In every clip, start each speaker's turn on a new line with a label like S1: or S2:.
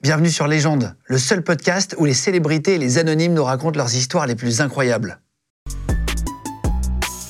S1: Bienvenue sur Légende, le seul podcast où les célébrités et les anonymes nous racontent leurs histoires les plus incroyables.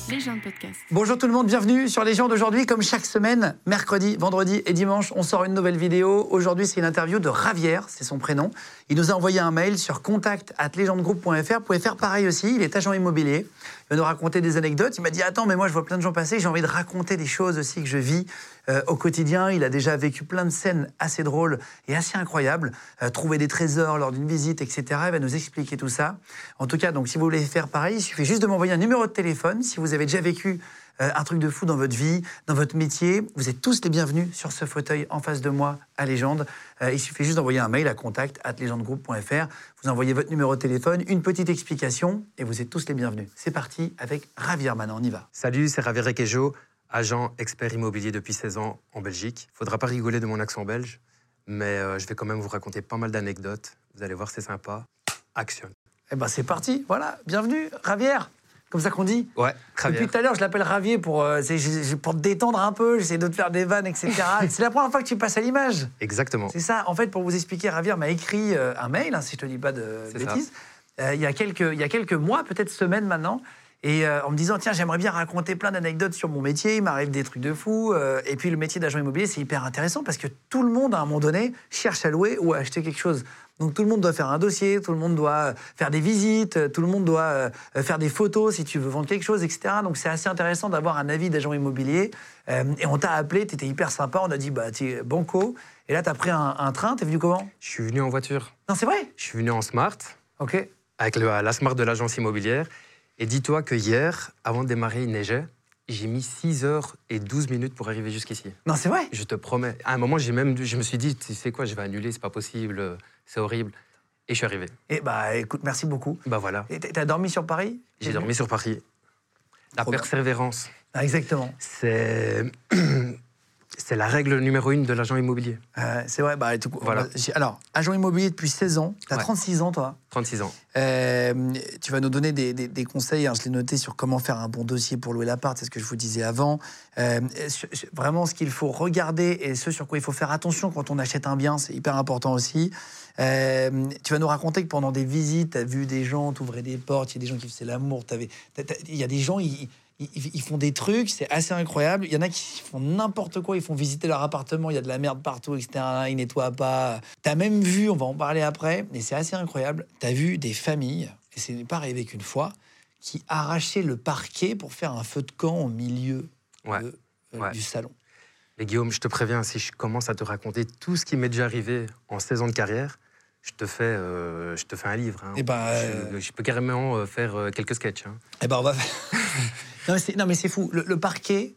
S2: Légende Podcast.
S1: Bonjour tout le monde, bienvenue sur Légende aujourd'hui. Comme chaque semaine, mercredi, vendredi et dimanche, on sort une nouvelle vidéo. Aujourd'hui, c'est une interview de Ravière, c'est son prénom. Il nous a envoyé un mail sur contact@legendegroup.fr. Vous pouvez faire pareil aussi, il est agent immobilier. Il va nous raconter des anecdotes. Il m'a dit Attends, mais moi, je vois plein de gens passer, j'ai envie de raconter des choses aussi que je vis euh, au quotidien. Il a déjà vécu plein de scènes assez drôles et assez incroyables. Euh, trouver des trésors lors d'une visite, etc. Il va nous expliquer tout ça. En tout cas, donc, si vous voulez faire pareil, il suffit juste de m'envoyer un numéro de téléphone. Si vous avez déjà vécu euh, un truc de fou dans votre vie, dans votre métier, vous êtes tous les bienvenus sur ce fauteuil en face de moi à Légende. Euh, il suffit juste d'envoyer un mail à contact at legendegroup.fr. Vous envoyez votre numéro de téléphone, une petite explication et vous êtes tous les bienvenus. C'est parti avec Ravier maintenant, on y va.
S3: Salut, c'est Javier Requejo, agent expert immobilier depuis 16 ans en Belgique. Faudra pas rigoler de mon accent belge, mais euh, je vais quand même vous raconter pas mal d'anecdotes. Vous allez voir, c'est sympa. Action.
S1: Eh ben c'est parti, voilà, bienvenue Ravier, comme ça qu'on dit.
S3: Ouais,
S1: Depuis
S3: Javier.
S1: tout à l'heure, je l'appelle Ravier pour, euh, c'est- j'ai- j'ai- pour te détendre un peu, j'essaie de te faire des vannes, etc. c'est la première fois que tu passes à l'image.
S3: Exactement.
S1: C'est ça. En fait, pour vous expliquer, Ravier m'a écrit euh, un mail, hein, si je te dis pas de
S3: C'est ça.
S1: bêtises, euh, il, y a quelques, il y a quelques mois, peut-être semaines maintenant, et euh, en me disant tiens, j'aimerais bien raconter plein d'anecdotes sur mon métier. Il m'arrive des trucs de fou. euh, et puis le métier d'agent immobilier, c'est hyper intéressant parce que tout le monde à un moment donné cherche à louer ou à acheter quelque chose. Donc tout le monde doit faire un dossier, tout le monde doit euh, faire des visites, euh, tout le monde doit euh, euh, faire des photos si tu veux vendre quelque chose, etc. Donc c'est assez intéressant d'avoir un avis d'agent immobilier. Euh, et on t'a appelé, t'étais hyper sympa, on a dit bah t'es banco. Et là t'as pris un, un train, t'es venu comment
S3: Je suis venu en voiture.
S1: Non c'est vrai
S3: Je suis venu en smart
S1: Ok.
S3: avec le- la smart de l'agence immobilière. Et dis-toi que hier, avant de démarrer, il neigeait. J'ai mis 6 heures et 12 minutes pour arriver jusqu'ici.
S1: Non c'est vrai
S3: Je te promets. À un moment, j'ai même, je me suis dit, tu sais quoi, je vais annuler, c'est pas possible, euh, c'est horrible. Et je suis arrivé.
S1: Eh bah écoute, merci beaucoup.
S3: Bah voilà,
S1: Et t'as t'as dormi sur Paris
S3: j'ai dormi sur Paris. La
S1: Trop bien.
S3: persévérance,
S1: Ah, exactement.
S3: c'est c'est la règle numéro une de l'agent immobilier.
S1: Euh, c'est vrai. Bah, et tout-
S3: Voilà.
S1: j'ai- Alors, agent immobilier depuis 16 ans. T'as
S3: Ouais.
S1: 36 ans, toi.
S3: 36 ans.
S1: Euh, tu vas nous donner des, des- des conseils. hein, je l'ai noté sur comment faire un bon dossier pour louer l'appart. C'est ce que je vous disais avant. Euh, sur- sur- vraiment, ce qu'il faut regarder et ce sur quoi il faut faire attention quand on achète un bien, c'est hyper important aussi. Euh, tu vas nous raconter que pendant des visites, t'as vu des gens, t'ouvrais des portes, il y a des gens qui faisaient l'amour. t'avais- t'as- t'as- Il y a des gens, ils, ils- ils- ils font des trucs, c'est assez incroyable. Il y en a qui font n'importe quoi, ils font visiter leur appartement, il y a de la merde partout, etc. Ils nettoient pas. T'as même vu, on va en parler après, mais c'est assez incroyable. T'as vu des familles, et ce n'est pas arrivé qu'une fois, qui arrachaient le parquet pour faire un feu de camp au milieu
S3: Ouais.
S1: de- euh,
S3: Ouais.
S1: du salon.
S3: Et Guillaume, je te préviens, si je commence à te raconter tout ce qui m'est déjà arrivé en 16 ans de carrière, je te fais, euh, je te fais un livre. hein.
S1: Eh ben,
S3: je, je peux carrément euh, faire euh, quelques sketchs. hein.
S1: Eh ben, on va. non, mais c'est- non, mais c'est fou. Le, le parquet.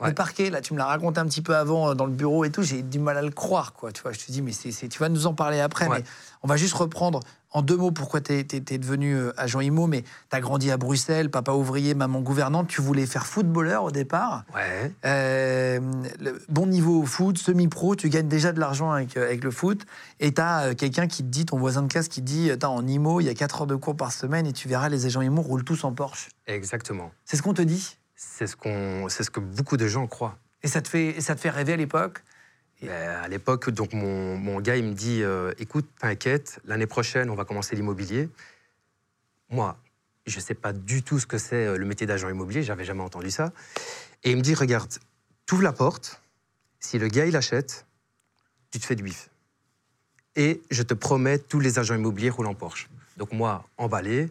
S3: Ouais.
S1: Le parquet, là, tu me l'as raconté un petit peu avant euh, dans le bureau et tout, j'ai du mal à le croire, quoi. Tu vois, je te dis, mais c'est, c'est- tu vas nous en parler après,
S3: Ouais.
S1: mais on va juste reprendre en deux mots pourquoi tu es devenu euh, agent IMO, mais tu as grandi à Bruxelles, papa ouvrier, maman gouvernante, tu voulais faire footballeur au départ.
S3: Ouais.
S1: Euh, le- bon niveau au foot, semi-pro, tu gagnes déjà de l'argent avec, euh, avec le foot. Et tu as quelqu'un qui te dit, ton voisin de classe qui te dit, t'as en IMO, il y a 4 heures de cours par semaine et tu verras, les agents IMO roulent tous en Porsche.
S3: Exactement.
S1: C'est ce qu'on te dit.
S3: C'est ce, qu'on- c'est ce que beaucoup de gens croient.
S1: Et ça te fait, et ça te fait rêver à l'époque. Et-
S3: Ben, à l'époque, donc mon, mon gars, il me dit euh, écoute, t'inquiète, l'année prochaine, on va commencer l'immobilier. Moi, je ne sais pas du tout ce que c'est euh, le métier d'agent immobilier, j'avais jamais entendu ça. Et il me dit regarde, t'ouvres la porte, si le gars il achète, tu te fais du bif. Et je te promets, tous les agents immobiliers roulent en Porsche. Donc moi, emballé.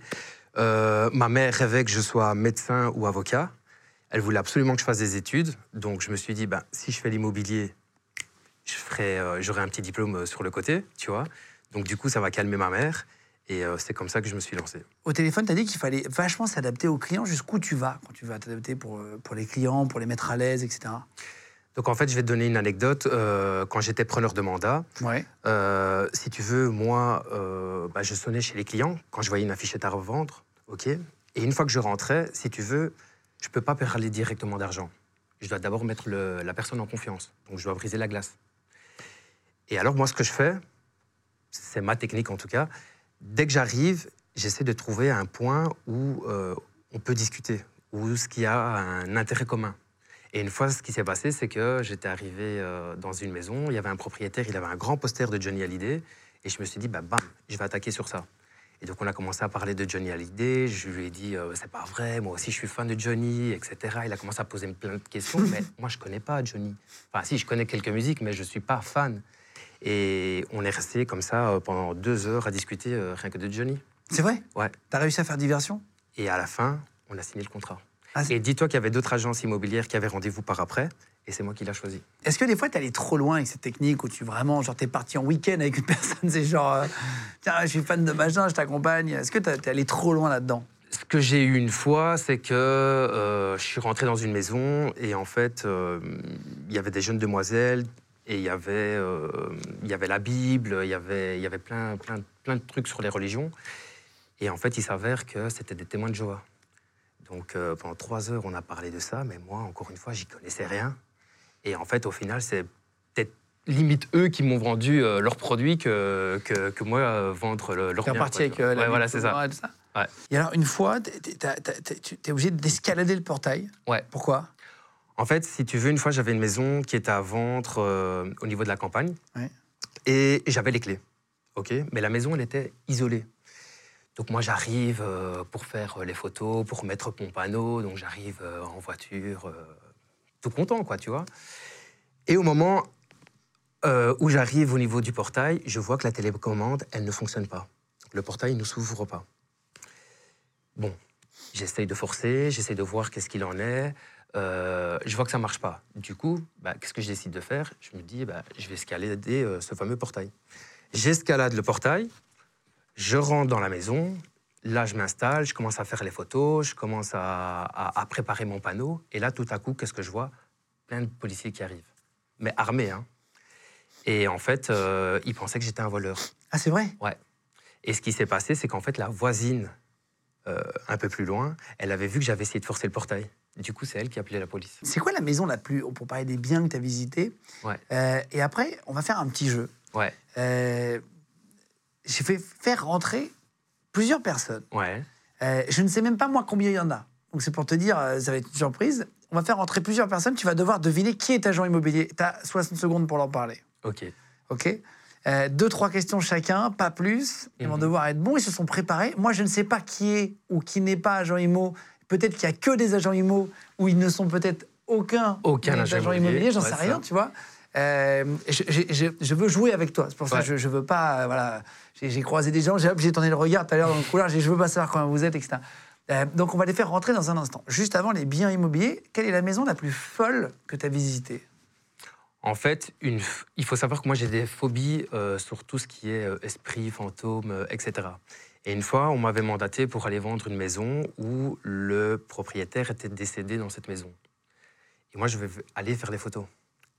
S3: Euh, ma mère rêvait que je sois médecin ou avocat. Elle voulait absolument que je fasse des études. Donc je me suis dit, ben, si je fais l'immobilier, je ferai, euh, j'aurai un petit diplôme euh, sur le côté, tu vois. Donc du coup, ça va calmer ma mère. Et euh, c'est comme ça que je me suis lancé.
S1: Au téléphone, tu as dit qu'il fallait vachement s'adapter aux clients jusqu'où tu vas. Quand tu vas t'adapter pour, euh, pour les clients, pour les mettre à l'aise, etc.
S3: Donc en fait, je vais te donner une anecdote. Euh, quand j'étais preneur de mandat,
S1: Ouais.
S3: euh, si tu veux, moi, euh, bah, je sonnais chez les clients quand je voyais une affichette à revendre, ok. Et une fois que je rentrais, si tu veux, je peux pas parler directement d'argent. Je dois d'abord mettre le- la personne en confiance. Donc je dois briser la glace. Et alors moi, ce que je fais, c'est ma technique en tout cas. Dès que j'arrive, j'essaie de trouver un point où euh, on peut discuter, où ce qui a un intérêt commun. Et une fois, ce qui s'est passé, c'est que j'étais arrivé euh, dans une maison, il y avait un propriétaire, il avait un grand poster de Johnny Hallyday, et je me suis dit, bah, bam, je vais attaquer sur ça. Et donc on a commencé à parler de Johnny Hallyday, je lui ai dit, euh, c'est pas vrai, moi aussi je suis fan de Johnny, etc. Il a commencé à poser plein de questions, mais moi je connais pas Johnny. Enfin si, je connais quelques musiques, mais je suis pas fan. Et on est resté comme ça euh, pendant deux heures à discuter euh, rien que de Johnny.
S1: C'est vrai
S3: Ouais.
S1: T'as réussi à faire diversion
S3: Et à la fin, on a signé le contrat.
S1: Ah, c'est-
S3: et dis-toi qu'il y avait d'autres agences immobilières qui avaient rendez-vous par après, et c'est moi qui l'a choisi.
S1: Est-ce que des fois, t'es allé trop loin avec cette technique où tu vraiment, genre, t'es parti en week-end avec une personne, c'est genre, euh, tiens, je suis fan de machin, je t'accompagne. Est-ce que t'as- t'es allé trop loin là-dedans
S3: Ce que j'ai eu une fois, c'est que euh, je suis rentré dans une maison et en fait, euh, il y avait des jeunes demoiselles et il y avait, euh, il y avait la Bible, il y avait, il y avait plein, plein, plein de trucs sur les religions. Et en fait, il s'avère que c'était des témoins de Jéhovah. Donc euh, pendant trois heures, on a parlé de ça, mais moi, encore une fois, j'y connaissais rien. Et en fait, au final, c'est peut-être limite eux qui m'ont vendu euh, leurs produits que, que, que moi euh, vendre le, leur
S1: T'es
S3: bien,
S1: reparti
S3: quoi,
S1: avec
S3: tu vois.
S1: euh, la
S3: Ouais,
S1: vie
S3: voilà,
S1: de
S3: c'est
S1: tout le
S3: ça.
S1: monde et tout ça
S3: Ouais.
S1: Et alors, une fois, t'es- t'es- t'as- t'as- t'es- tu- t'es obligé d'escalader le portail.
S3: Ouais.
S1: Pourquoi
S3: En fait, si tu veux, une fois, j'avais une maison qui était à vendre euh, au niveau de la campagne.
S1: Ouais.
S3: Et j'avais les clés. OK Mais la maison, elle était isolée. Donc moi, j'arrive euh, pour faire euh, les photos, pour mettre mon panneau. Donc j'arrive euh, en voiture, euh, tout content, quoi, tu vois. Et au moment euh, où j'arrive au niveau du portail, je vois que la télécommande, elle ne fonctionne pas. Le portail ne s'ouvre pas. Bon, j'essaye de forcer, j'essaye de voir qu'est-ce qu'il en est. Euh, je vois que ça marche pas. Du coup, bah, qu'est-ce que je décide de faire Je me dis, bah, je vais escalader euh, ce fameux portail. J'escalade le portail, je rentre dans la maison, là je m'installe, je commence à faire les photos, je commence à, à- à préparer mon panneau, et là tout à coup, qu'est-ce que je vois Plein de policiers qui arrivent, mais armés. Hein. Et en fait, euh, ils pensaient que j'étais un voleur.
S1: Ah, c'est vrai
S3: Et ce qui s'est passé, c'est qu'en fait, la voisine, euh, un peu plus loin, elle avait vu que j'avais essayé de forcer le portail. Du coup, c'est elle qui a appelé la police.
S1: C'est quoi la maison la plus. Pour parler des biens que t'as visités.
S3: Ouais.
S1: Euh, et après, on va faire un petit jeu.
S3: Ouais.
S1: Euh, J'ai fait faire rentrer plusieurs personnes.
S3: Ouais.
S1: Euh, je ne sais même pas moi combien il y en a. Donc c'est pour te dire, euh, ça va être une surprise. On va faire rentrer plusieurs personnes. Tu vas devoir deviner qui est agent immobilier. Tu as 60 secondes pour leur parler.
S3: Ok.
S1: OK Euh, Deux, trois questions chacun, pas plus. Ils vont
S3: Mhm.
S1: devoir être bons. Ils se sont préparés. Moi, je ne sais pas qui est ou qui n'est pas agent immo. Peut-être qu'il y a que des agents immo ou ils ne sont peut-être aucun,
S3: Aucun
S1: des
S3: agent
S1: agents
S3: immobilier.
S1: immobilier. J'en
S3: Ouais,
S1: sais
S3: ça.
S1: rien, tu vois. Euh, je, je- je- je veux jouer avec toi. C'est pour ça
S3: Ouais.
S1: que je, je veux pas. euh, voilà, j'ai j'ai croisé des gens. J'ai hop, j'ai tourné le regard tout à l'heure dans le couloir. j'ai dit, Je veux pas savoir comment vous êtes, etc. Euh, donc on va les faire rentrer dans un instant. Juste avant les biens immobiliers, quelle est la maison la plus folle que tu as visitée
S3: En fait, une f- il faut savoir que moi, j'ai des phobies euh, sur tout ce qui est euh, esprit, fantôme, euh, etc. Et une fois, on m'avait mandaté pour aller vendre une maison où le propriétaire était décédé dans cette maison. Et moi, je vais aller faire les photos.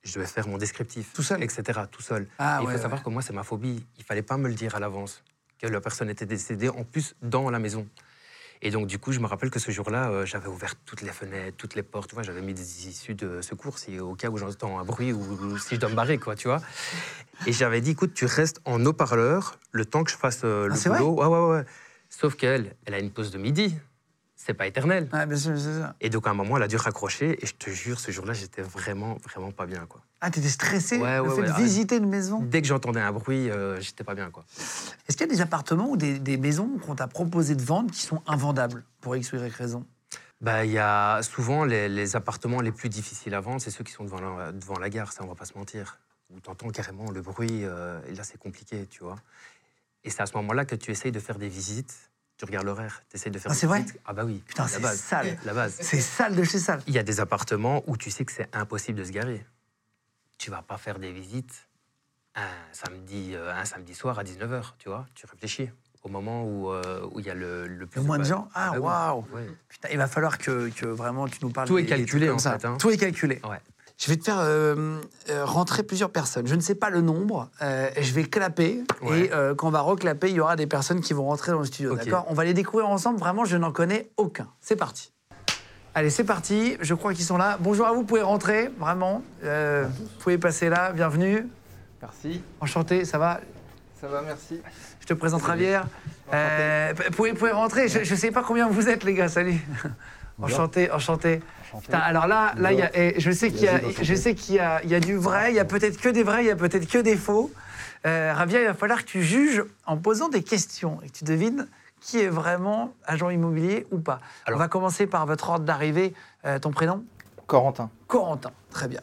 S3: Je devais faire mon descriptif.
S1: Tout seul
S3: Etc. Tout seul.
S1: Ah
S3: Et il
S1: ouais,
S3: faut savoir que moi, c'est ma phobie. Il fallait pas me le dire à l'avance que la personne était décédée, en plus dans la maison. Et donc, du coup, je me rappelle que ce jour-là, euh, j'avais ouvert toutes les fenêtres, toutes les portes, tu vois, j'avais mis des issues de secours si, au cas où j'entends un bruit ou, ou si je dois me barrer, quoi, tu vois. Et j'avais dit, écoute, tu restes en haut-parleur le temps que je fasse euh, le
S1: Ah, c'est
S3: boulot. Ouais, ouais, ouais. Sauf qu'elle, elle a une pause de midi. C'est pas éternel.
S1: ouais. Ouais, bien sûr, bien sûr, bien sûr.
S3: Et donc, à un moment, elle a dû raccrocher. Et je te jure, ce jour-là, j'étais vraiment, vraiment pas bien, quoi.
S1: Ah, t'étais stressé
S3: Ouais,
S1: le
S3: ouais,
S1: fait
S3: ouais,
S1: de
S3: ah,
S1: visiter une maison.
S3: Dès que j'entendais un bruit, euh, j'étais pas bien, quoi.
S1: Est-ce qu'il y a des appartements ou des, des maisons qu'on t'a proposé de vendre qui sont invendables pour X ou Y raison
S3: Bah, il y a souvent les, les appartements les plus difficiles à vendre, c'est ceux qui sont devant la, devant la gare, ça on va pas se mentir. Où t'entends carrément le bruit, euh, et là c'est compliqué, tu vois. Et c'est à ce moment-là que tu essayes de faire des visites, tu regardes l'horaire, tu essayes de faire
S1: Ah,
S3: des
S1: c'est vrai
S3: visites. Ah bah oui,
S1: Putain,
S3: la
S1: c'est
S3: base.
S1: sale.
S3: La base.
S1: C'est sale de chez sale.
S3: Il y a des appartements où tu sais que c'est impossible de se garer. Tu vas pas faire des visites un samedi, euh, un samedi soir à 19h, tu vois. Tu réfléchis au moment où euh, où il y a le, le plus
S1: Le moins de gens
S3: bah
S1: Ah,
S3: oui.
S1: waouh
S3: Ouais.
S1: Putain, il va falloir que, que vraiment tu nous parles
S3: Tout est
S1: des- des trucs
S3: calculé,
S1: comme
S3: en
S1: ça.
S3: fait, hein.
S1: Tout est calculé.
S3: Ouais.
S1: Je vais te faire euh, euh, rentrer plusieurs personnes. Je ne sais pas le nombre. euh, je vais clapper.
S3: Ouais.
S1: Et euh, quand on va reclapper, il y aura des personnes qui vont rentrer dans le studio.
S3: Ok.
S1: D'accord On va les découvrir ensemble. Vraiment, je n'en connais aucun. C'est parti. Allez, c'est parti. Je crois qu'ils sont là. Bonjour à vous. Vous pouvez rentrer. Vraiment. Euh, vous pouvez passer là. Bienvenue.
S2: Merci,
S1: Enchanté. Ça va
S2: ça va, merci.
S1: Je te présente Javier. Euh, p- pouvez, pouvez rentrer. Je ne sais pas combien vous êtes, les gars. Salut. Enchanté, enchanté.
S4: Enchanté.
S1: Putain, alors là, là, il y a- eh, je sais qu'il y a,
S4: Vas-y, enchanté.
S1: je sais qu'il y a, il y a du vrai, il y a peut-être que des vrais, il y a peut-être que des faux. Euh, Ravia, il va falloir que tu juges en posant des questions et que tu devines qui est vraiment agent immobilier ou pas.
S3: Alors-
S1: On va commencer par votre ordre d'arrivée. Euh, ton prénom
S2: Corentin.
S1: Corentin. Très bien.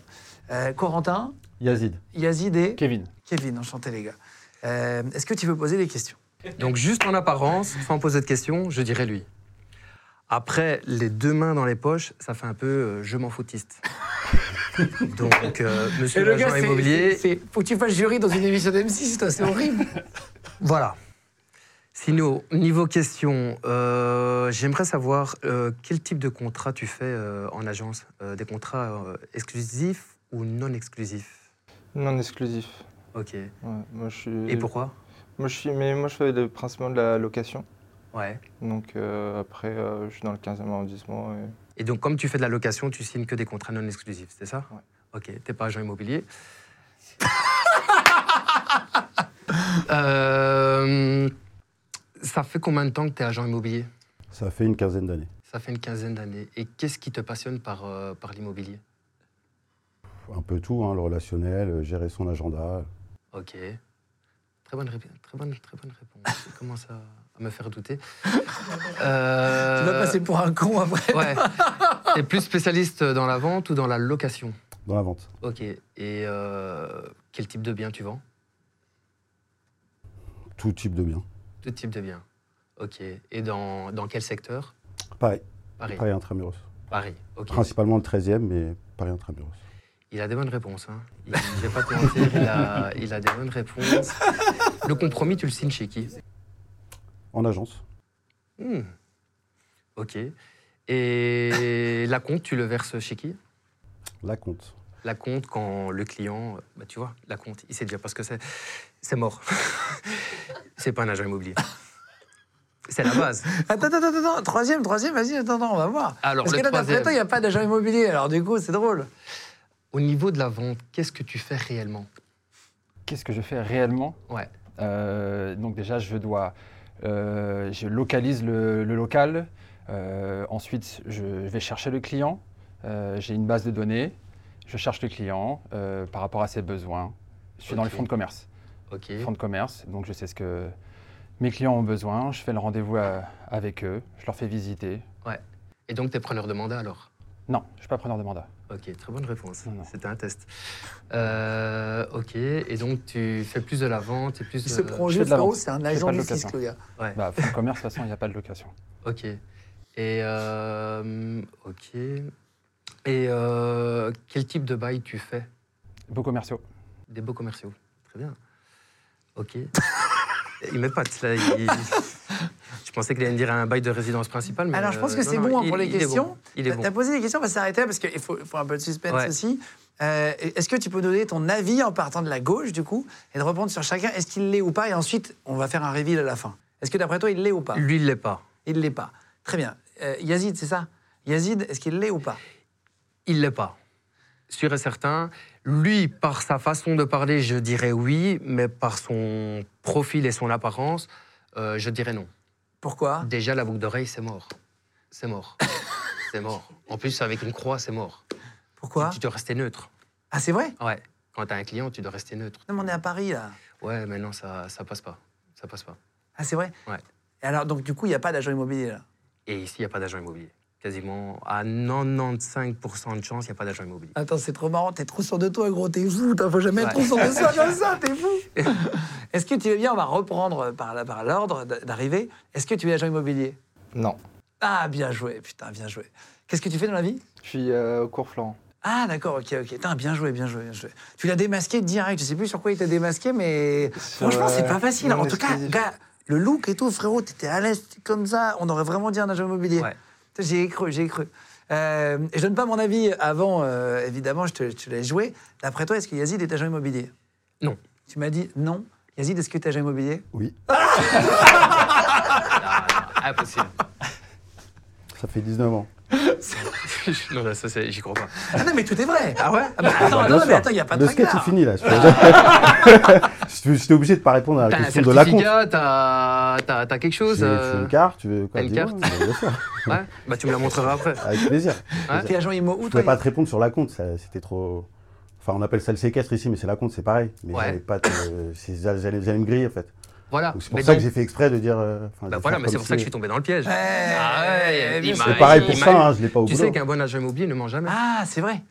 S1: Euh, Corentin,
S4: Yazid.
S1: Yazid et
S4: Kevin.
S1: Kevin. Enchanté les gars. Euh, Est-ce que tu veux poser des questions
S3: Donc juste en apparence, sans poser de questions, je dirais lui. Après, les deux mains dans les poches, ça fait un peu euh, je m'en foutiste. Donc, euh, monsieur l'agent immobilier,
S1: faut que tu fasses jury dans une émission d'M6, c'est horrible.
S3: voilà. Sinon, niveau question, euh, j'aimerais savoir euh, quel type de contrat tu fais euh, en agence Euh, Des contrats euh, exclusifs ou non exclusifs
S2: Non exclusif.
S3: Ok.
S2: Ouais, moi, je suis...
S3: Et pourquoi
S2: moi, je suis... Mais moi, je fais le- principalement de la location.
S3: Ouais.
S2: Donc euh, après, euh, je suis dans le 15e arrondissement. et-
S3: Et donc, comme tu fais de la location, tu signes que des contrats non exclusifs, c'est ça
S2: Ouais.
S3: Ok, t'es pas agent immobilier. Euh, ça fait combien de temps que t'es agent immobilier
S4: Ça fait une quinzaine d'années.
S3: Ça fait une quinzaine d'années. Et qu'est-ce qui te passionne par, euh, par l'immobilier
S4: Un peu tout, hein, le relationnel, euh, gérer son agenda.
S3: Ok. Très bonne, rép- très bonne, très bonne réponse. Tu commences à, à me faire douter. Euh,
S1: Tu vas passer pour un con après.
S3: Ouais. T'es plus spécialiste dans la vente ou dans la location
S4: Dans la vente.
S3: Ok. Et euh, quel type de bien tu vends
S4: Tout type de biens.
S3: Tout type de biens. Ok. Et dans, dans quel secteur
S4: Pareil.
S3: Paris.
S4: Pareil intramuros.
S3: Paris. Ok.
S4: Principalement le 13e, mais Paris intramuros.
S3: Il a des bonnes réponses. Hein. Il, je vais pas te mentir, il a, il a des bonnes réponses. Le compromis, tu le signes chez qui
S4: En agence.
S3: Hmm. Ok. Et la compte, tu le verses chez qui
S4: La compte.
S3: La compte, quand le client, bah, tu vois, la compte, il sait déjà parce que c'est, c'est mort. c'est pas un agent immobilier. C'est la base.
S1: Attends, attends, attends, attends, troisième, troisième, vas-y, attends, attends, on va voir.
S3: Alors,
S1: Parce
S3: le
S1: que là, d'après
S3: troisième.
S1: toi, il n'y a pas d'agent immobilier, alors du coup, c'est drôle.
S3: Au niveau de la vente, qu'est-ce que tu fais réellement
S5: Qu'est-ce que je fais réellement
S3: Ouais.
S5: Euh, donc déjà, je dois, euh, je localise le, le local. Euh, ensuite, je vais chercher le client. Euh, J'ai une base de données. Je cherche le client euh, par rapport à ses besoins. Je suis dans les
S3: Ok.
S5: fonds de commerce.
S3: Ok.
S5: Fonds de commerce, donc je sais ce que mes clients ont besoin. Je fais le rendez-vous à- avec eux. Je leur fais visiter.
S3: Et donc, t'es preneur de mandat alors
S5: Non, je suis pas preneur de mandat.
S3: Ok, très bonne réponse.
S5: Non, non.
S3: C'était un test. Euh, ok, et donc tu fais plus de la vente et plus
S1: Il
S3: de...
S1: se prend
S5: je
S1: juste
S5: fais de la
S1: frérot,
S5: vente.
S1: c'est un
S5: Je fais
S1: agent
S5: pas de
S1: du
S5: location.
S1: fisc, le gars.
S5: Bah, fonds de commerce, de toute façon, il n'y a pas de location.
S3: Ok. Et... euh, ok. Et euh, quel type de bail tu fais
S5: Beaux commerciaux.
S3: Des beaux commerciaux. Très bien. Ok. il m'épate, là. il- Je pensais qu'il allait me dire un bail de résidence principale, mais...
S1: Alors, je pense que
S3: euh,
S1: c'est
S3: non,
S1: bon,
S3: non,
S1: hein,
S3: il-
S1: pour les
S3: il est bon.
S1: questions.
S3: Il est
S1: T'as
S3: bon.
S1: t'as posé des questions, on va s'arrêter là, parce qu'il faut, faut un peu de suspense
S3: Ouais.
S1: aussi. Euh, Est-ce que tu peux donner ton avis en partant de la gauche, du coup, et de répondre sur chacun Est-ce qu'il l'est ou pas Et ensuite, on va faire un reveal à la fin. Est-ce que d'après toi, il l'est ou pas
S3: Lui, il l'est pas.
S1: Il ne l'est pas. Très bien. Euh, Yazid, c'est ça Yazid, est-ce qu'il l'est ou pas
S3: Il l'est pas. Sûr et certain. Lui, par sa façon de parler, je dirais oui, mais par son profil et son apparence, euh, je dirais non.
S1: Pourquoi
S3: Déjà, la boucle d'oreille, c'est mort. C'est mort. c'est mort. En plus, avec une croix, c'est mort.
S1: Pourquoi
S3: tu dois rester neutre.
S1: Ah, c'est vrai
S3: Ouais. Quand t'as un client, tu dois rester neutre.
S1: Non, mais on est à Paris, là.
S3: Ouais, mais non, ça, ça passe pas. Ça passe pas.
S1: Ah, c'est vrai
S3: Ouais.
S1: Et alors, donc, du coup, il n'y a pas d'agent immobilier, là.
S3: Et ici, il n'y a pas d'agent immobilier. Quasiment à 95% de chance, il n'y a pas d'agent immobilier.
S1: Attends, c'est trop marrant, t'es trop sûr de toi, gros, t'es fou, t'as- faut jamais être
S3: Ouais.
S1: trop sûr de soi comme ça, t'es fou. Est-ce que tu veux bien, on va reprendre par, la- par l'ordre d- d'arrivée, est-ce que tu es agent immobilier
S2: Non.
S1: Ah, bien joué, putain, bien joué. Qu'est-ce que tu fais dans la vie
S2: Je suis euh, au cours Florent.
S1: Ah, d'accord, ok, ok. Putain, bien joué, bien joué, bien joué. Tu l'as démasqué direct, je sais plus sur quoi il t'a démasqué, mais
S2: Sur,
S1: franchement, c'est
S2: euh,
S1: pas facile.
S2: non
S1: En tout cas,
S2: exclusif.
S1: gars, le look et tout, frérot, t'étais à l'aise comme ça, on aurait vraiment dit un agent immobilier.
S3: Ouais.
S1: Putain, J'y ai cru, j'y ai cru. Euh, et je donne pas mon avis avant, euh, évidemment, je te, je te l'ai joué. D'après toi, est-ce que Yazid est agent immobilier
S3: Non.
S1: Tu m'as dit non. Yazid, est-ce que tu es agent immobilier
S4: Oui.
S3: Ah, impossible.
S4: Ça fait 19 ans.
S3: non, là, ça, c'est- j'y crois pas.
S1: Ah non, mais tout est vrai.
S3: Ah ouais
S1: Ah bah, attends, non,
S4: Bah, bien
S1: non, mais
S4: sûr.
S1: attends, il n'y a pas de
S4: Le sketch
S1: traquenard.
S4: est fini là. Je- J'étais j'étais obligé de pas répondre à la
S3: T'as un
S4: question Ah, de la compte.
S3: certificat, t'as t'as- t'as quelque
S4: Tu
S3: chose
S4: veux- tu
S3: euh,
S4: veux une carte, tu veux quoi
S3: t'as une
S4: dis-moi,
S3: carte
S4: bah, bien sûr,
S3: ouais Bah, tu me la montreras après.
S4: avec plaisir.
S1: T'es agent IMO
S4: Je
S1: ou toi
S4: pouvais pas te répondre sur la compte, ça- c'était trop. Enfin, on appelle ça le séquestre ici, mais c'est la compte, c'est pareil. Mais
S3: Ouais.
S4: j'allais pas, te- euh, c'est- j'allais j'allais me griller en fait.
S3: Voilà.
S4: Donc, c'est
S3: Ah,
S4: pour
S3: Mais
S4: ça
S3: donc-
S4: que j'ai fait exprès de dire. euh, enfin,
S3: Bah
S4: de
S3: voilà,
S4: faire
S3: mais c'est
S4: comme
S3: pour ça que je
S4: si-
S3: suis tombé dans le piège.
S1: Eh,
S3: Ah ouais,
S1: bien
S3: il
S1: sûr.
S3: m'a-
S4: C'est pareil pour
S3: il
S4: ça,
S3: m'a-
S4: hein, je l'ai pas au
S3: Tu
S4: boulot.
S3: sais qu'un bon agent immobilier ne ment jamais.
S1: Ah, c'est vrai.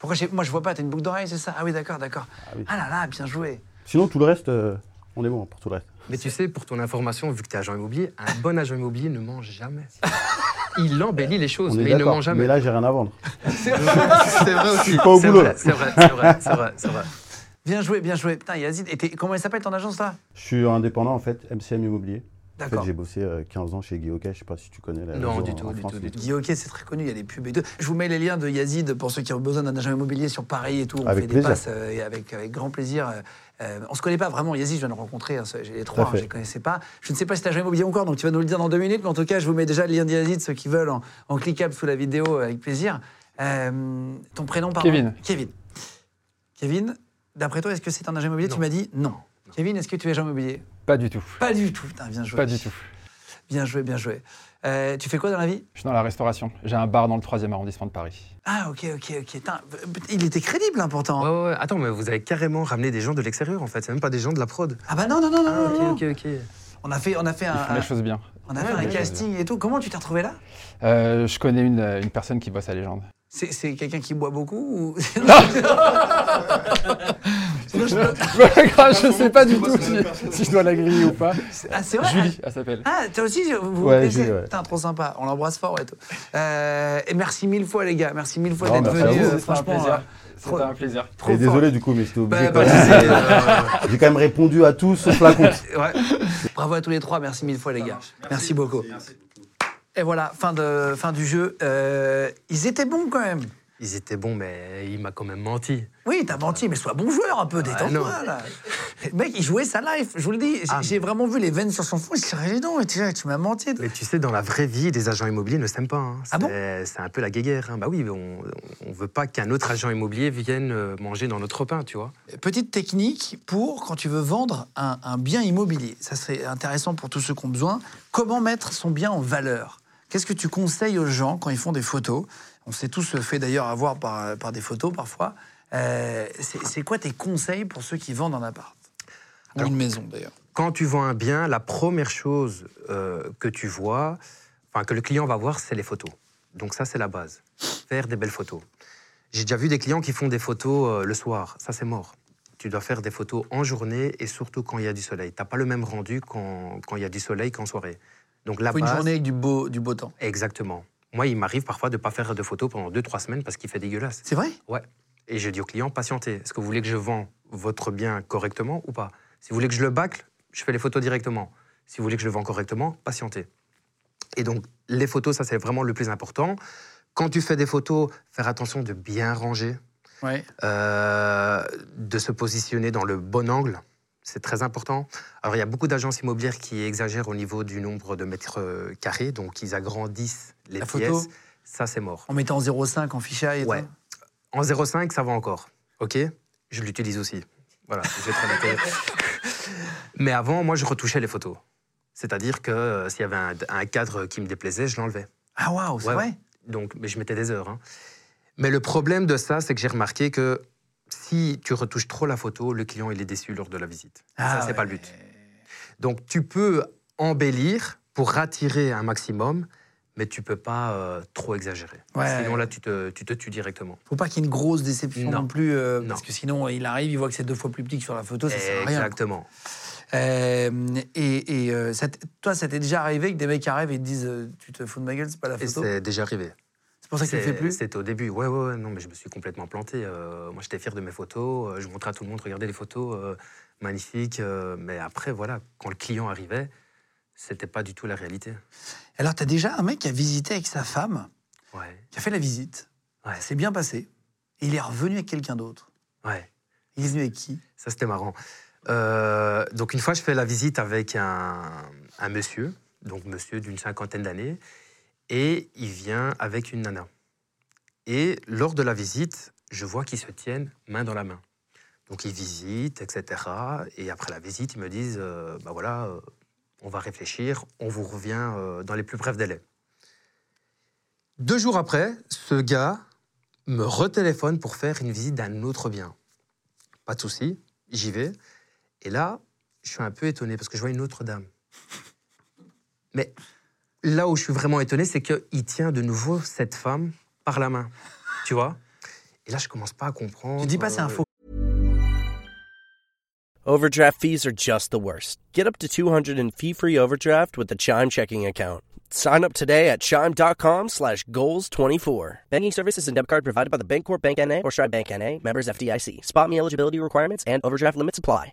S1: Pourquoi j'ai- Moi, je vois pas, t'as une boucle d'oreille, c'est ça Ah oui, d'accord, d'accord. Ah,
S4: Ah oui.
S1: là là, bien joué.
S4: Sinon, tout le reste, euh, on est bon pour tout le reste.
S3: Mais tu sais, pour ton information, vu que tu es agent immobilier, un bon agent immobilier ne ment jamais. Il embellit les choses,
S4: On est
S3: mais il ne
S4: d'accord.
S3: ment jamais.
S4: Mais là, j'ai rien à vendre.
S3: c'est vrai aussi.
S4: suis pas au
S3: C'est
S4: boulot,
S3: vrai,
S4: là.
S3: C'est vrai, c'est vrai, c'est vrai, c'est vrai.
S1: Bien joué, bien joué. Putain, Yazid, et t'es- comment il s'appelle ton agence là
S4: Je suis indépendant en fait, MCM Immobilier. En fait,
S1: D'accord.
S4: j'ai bossé euh, 15 ans chez Guy Hockey, je sais pas si tu connais la
S3: Non,
S4: réseau
S3: du
S4: en-
S3: tout,
S4: en
S3: du
S4: France,
S3: tout,
S4: mais-
S3: du tout.
S1: Guy Hockey, c'est très connu, il y a des pubs et tout. Je vous mets les liens de Yazid pour ceux qui ont besoin d'un agent immobilier sur Paris et tout. On
S4: Avec
S1: fait des
S4: plaisir.
S1: passes euh, et avec, avec grand plaisir. euh, euh, on se connaît pas vraiment, Yazid, je viens de le rencontrer, hein, j'ai les trois,
S4: à
S1: hein,
S4: fait.
S1: je les connaissais pas. Je ne sais pas si t'es agent immobilier encore, donc tu vas nous le dire dans deux minutes, mais en tout cas, je vous mets déjà le lien de Yazid, ceux qui veulent, en, en cliquable sous la vidéo, euh, avec plaisir. Euh, ton prénom, pardon
S5: Kevin.
S1: Kevin. Kevin, d'après toi, est-ce que c'est un agent immobilier
S3: Non.
S1: Tu m'as dit non. Kevin, est-ce que tu es agent immobilier
S5: Pas du tout.
S1: Pas du tout, putain, bien joué.
S5: Pas du tout.
S1: Bien joué, bien joué. Euh, tu fais quoi dans la vie
S5: Je suis dans la restauration. J'ai un bar dans le 3e arrondissement de Paris.
S1: Ah, ok, ok, ok. Tain, il était crédible, hein, pourtant.
S3: Ouais, ouais, ouais. Attends, mais vous avez carrément ramené des gens de l'extérieur, en fait. C'est même pas des gens de la prod.
S1: Ah, bah non, non, non, non, non, non.
S3: ok, ok.
S1: On a fait, on a fait
S5: Ils
S1: un,
S5: font les choses bien.
S1: on a fait
S5: Ouais,
S1: un
S5: ouais,
S1: casting et tout. Comment tu t'es retrouvé là
S5: Euh, je connais une, euh, une personne qui bosse à Légende.
S1: C'est c'est quelqu'un qui boit beaucoup ou... Sinon, je peux-
S5: je sais pas du tout si, si je dois la griller ou pas.
S1: Ah, c'est vrai
S5: Julie, elle s'appelle.
S1: Ah, toi aussi, vous vous
S4: Ouais,
S1: connaissez
S4: Julie, ouais.
S1: Putain, trop sympa. On l'embrasse fort et tout. Euh, et merci mille fois, les gars. Merci mille fois
S4: Non,
S1: d'être
S4: merci à
S1: venus.
S4: vous.
S1: euh, Franchement, euh,
S5: C'était un plaisir.
S1: trop
S4: Et
S1: fort.
S4: désolé du coup, mais j'étais obligé.
S1: Bah, bah,
S4: quand même.
S1: c'est-
S3: euh,
S4: J'ai quand même répondu à tous sauf la compte.
S1: Ouais. Bravo à tous les trois, merci mille fois les gars. Merci, beaucoup. Et voilà, fin, de, fin du jeu. Euh, ils étaient bons quand même.
S3: Ils étaient bons, mais il m'a quand même menti.
S1: Oui, t'as menti, mais sois bon joueur un peu, détends-toi
S3: non.
S1: là. Le Mec, il jouait sa life, je vous le dis. J'ai-
S3: Ah.
S1: J'ai vraiment vu les veines sur son front, il se les dents, et tu, tu m'as menti.
S3: Mais tu sais, dans la vraie vie, les agents immobiliers ne s'aiment pas. hein.
S1: Ah bon
S3: C'est- C'est un peu la guéguerre. hein. Bah oui, on ne veut pas qu'un autre agent immobilier vienne euh, manger dans notre pain, tu vois.
S1: Petite technique pour quand tu veux vendre un, un bien immobilier. Ça serait intéressant pour tous ceux qui ont besoin. Comment mettre son bien en valeur Qu'est-ce que tu conseilles aux gens quand ils font des photos On s'est tous fait d'ailleurs avoir par, par des photos parfois. Euh, c'est c'est quoi tes conseils pour ceux qui vendent un appart Ou
S3: Alors-
S1: une maison d'ailleurs.
S3: quand tu vends un bien, la première chose euh, que tu vois, enfin que le client va voir, c'est les photos. Donc ça, c'est la base. Faire des belles photos. J'ai déjà vu des clients qui font des photos euh, le soir. Ça, c'est mort. Tu dois faire des photos en journée et surtout quand il y a du soleil. T'as pas le même rendu quand quand il y a du soleil qu'en soirée. Donc la
S1: Faut une
S3: base-
S1: journée avec du beau, du beau temps.
S3: Exactement. Moi, il m'arrive parfois de pas faire de photos pendant 2-3 semaines parce qu'il fait dégueulasse.
S1: C'est vrai
S3: Et je dis au client, patientez, est-ce que vous voulez que je vends votre bien correctement ou pas Si vous voulez que je le bâcle, je fais les photos directement. Si vous voulez que je le vends correctement, patientez. Et donc, les photos, ça c'est vraiment le plus important. Quand tu fais des photos, faire attention de bien ranger,
S1: Ouais.
S3: euh, de se positionner dans le bon angle. C'est très important. Alors, il y a beaucoup d'agences immobilières qui exagèrent au niveau du nombre de mètres euh, carrés, donc ils agrandissent les
S1: La
S3: pièces.
S1: photo
S3: Ça, c'est mort.
S1: En mettant en 0,5 en fichaille et
S3: Ouais.
S1: tout.
S3: En 0,5, ça va encore. OK Je l'utilise aussi. Voilà, je vais être honnête. Mais avant, moi, je retouchais les photos. C'est-à-dire que euh, s'il y avait un, un cadre qui me déplaisait, je l'enlevais.
S1: Ah waouh, c'est
S3: Ouais,
S1: vrai
S3: Donc, mais je mettais des heures. hein. Mais le problème de ça, c'est que j'ai remarqué que si tu retouches trop la photo, le client, il est déçu lors de la visite.
S1: Ah
S3: ça, c'est
S1: ouais.
S3: pas le but. Donc, tu peux embellir pour rattirer un maximum, mais tu peux pas euh, trop exagérer.
S1: Ouais.
S3: Sinon, là, tu te, tu te tues directement.
S1: Faut pas qu'il y ait une grosse déception non,
S3: Non.
S1: plus, euh,
S3: Non.
S1: parce que sinon euh, il arrive, il voit que c'est deux fois plus petit que sur la photo, ça sert à rien. quoi.
S3: Exactement.
S1: Euh, et et, euh, ça t- toi, ça t'est déjà arrivé que des mecs arrivent et te disent euh, Tu te fous de ma gueule, c'est pas la
S3: Et
S1: photo
S3: c'est déjà arrivé.
S1: C'est pour ça que tu le fais
S3: C'est-
S1: plus
S3: C'était au début, ouais, ouais, ouais, non, mais je me suis complètement planté. Euh, moi, j'étais fier de mes photos, euh, je montrais à tout le monde, regardez les photos, euh, magnifiques. euh, mais après, voilà, quand le client arrivait, c'était pas du tout la réalité.
S1: Alors, t'as déjà un mec qui a visité avec sa femme,
S3: Ouais,
S1: qui a fait la visite,
S3: Ouais.
S1: c'est bien passé, et il est revenu avec quelqu'un d'autre.
S3: ouais,
S1: Il est venu avec qui
S3: ça c'était marrant. Euh, donc, une fois, je fais la visite avec un, un monsieur, donc monsieur d'une cinquantaine d'années, et il vient avec une nana. Et lors de la visite, je vois qu'ils se tiennent main dans la main. Donc ils visitent, etc. Et après la visite, ils me disent, euh, bah voilà, euh, on va réfléchir, on vous revient euh, dans les plus brefs délais. Deux jours après, ce gars me retéléphone pour faire une visite d'un autre bien. Pas de souci, j'y vais. Et là, je suis un peu étonné parce que je vois une autre dame. Mais là où je suis vraiment étonné, c'est qu'il tient de nouveau cette femme par la main. Tu vois Et là, je commence pas à comprendre.
S1: Tu dis pas c'est un
S3: euh,
S1: faux
S6: Overdraft fees are just the worst. Get up to 200 in fee-free overdraft with the Chime checking account. Sign up today at Chime.com slash Goals24. Banking services and debit card provided by the Bancorp Bank N.A. or Stride Bank N.A. Members FDIC. Spot me eligibility requirements and overdraft limits apply.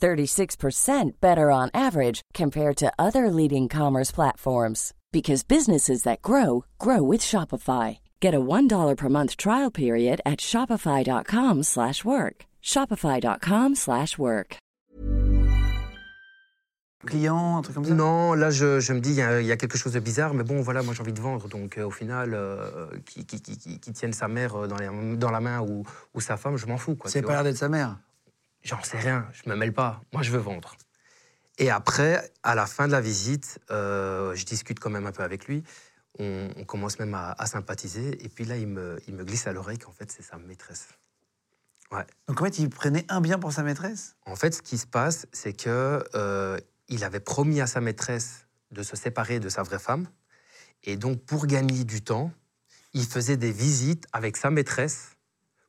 S7: 36% better on average compared to other leading commerce platforms because businesses that grow grow with Shopify. Get a $1 per month trial period at shopify.com/work. slash work. shopify.com/work. slash work.
S1: client, un truc comme ça
S3: Non, là, je, je me dis, il y, a- il y a quelque chose de bizarre, mais bon, voilà, moi, j'ai envie de vendre. Donc, euh, au final, euh, qui, qui- qui- qui- qui tienne sa mère euh, dans, les- dans la main ou, ou sa femme, je m'en fous. quoi,
S1: C'est
S3: tu
S1: pas
S3: vois.
S1: l'air d'être sa mère.
S3: J'en sais rien, je me mêle pas. Moi, je veux vendre. Et après, à la fin de la visite, euh, je discute quand même un peu avec lui. On, on commence même à, à sympathiser. Et puis là, il me, il me glisse à l'oreille qu'en fait, c'est sa maîtresse.
S1: Donc en fait, il prenait un bien pour sa maîtresse.
S3: En fait, ce qui se passe, c'est que euh, il avait promis à sa maîtresse de se séparer de sa vraie femme. Et donc, pour gagner du temps, il faisait des visites avec sa maîtresse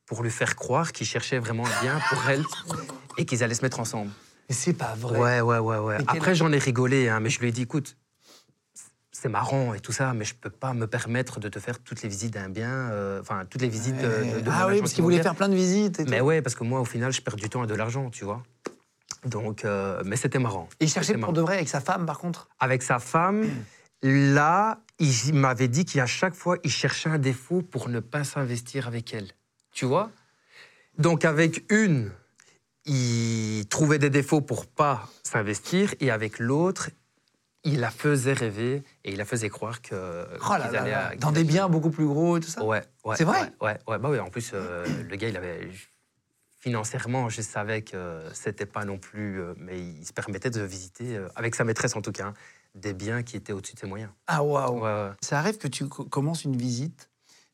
S3: pour lui faire croire qu'il cherchait vraiment un bien pour elle et qu'ils allaient se mettre ensemble.
S1: Mais c'est pas vrai.
S3: Ouais, ouais, ouais, ouais.
S1: Mais quel-
S3: Après, j'en ai rigolé, hein, mais je lui ai dit, écoute, c'est marrant et tout ça, mais je peux pas me permettre de te faire toutes les visites d'un bien, euh, enfin, toutes les visites euh, de, de
S1: ah
S3: mon
S1: oui,
S3: agence
S1: parce qu'il voulait
S3: immobilière.
S1: faire plein de visites. Et
S3: Mais
S1: tout.
S3: ouais, parce que moi, au final, je perds du temps et de l'argent, tu vois. Donc, euh, mais c'était marrant.
S1: Et il cherchait
S3: C'était
S1: pour
S3: marrant.
S1: de vrai avec sa femme, par contre.
S3: Avec sa femme, là, il m'avait dit qu'à chaque fois, il cherchait un défaut pour ne pas s'investir avec elle. Tu vois Donc, avec une, il trouvait des défauts pour pas s'investir, et avec l'autre, il la faisait rêver et il la faisait croire que.
S1: Oh là
S3: qu'ils
S1: là
S3: allaient
S1: là,
S3: à-
S1: dans des biens beaucoup plus gros et tout ça.
S3: Ouais, ouais.
S1: C'est vrai
S3: ouais, Ouais, ouais, bah oui. En plus, euh, le gars, il avait. je- Financièrement, je savais que euh, c'était pas non plus. euh, mais il se permettait de visiter, euh, avec sa maîtresse en tout cas, hein, des biens qui étaient au-dessus de ses moyens.
S1: Ah waouh.
S3: Ouais, ouais.
S1: Ça arrive que tu co- commences une visite,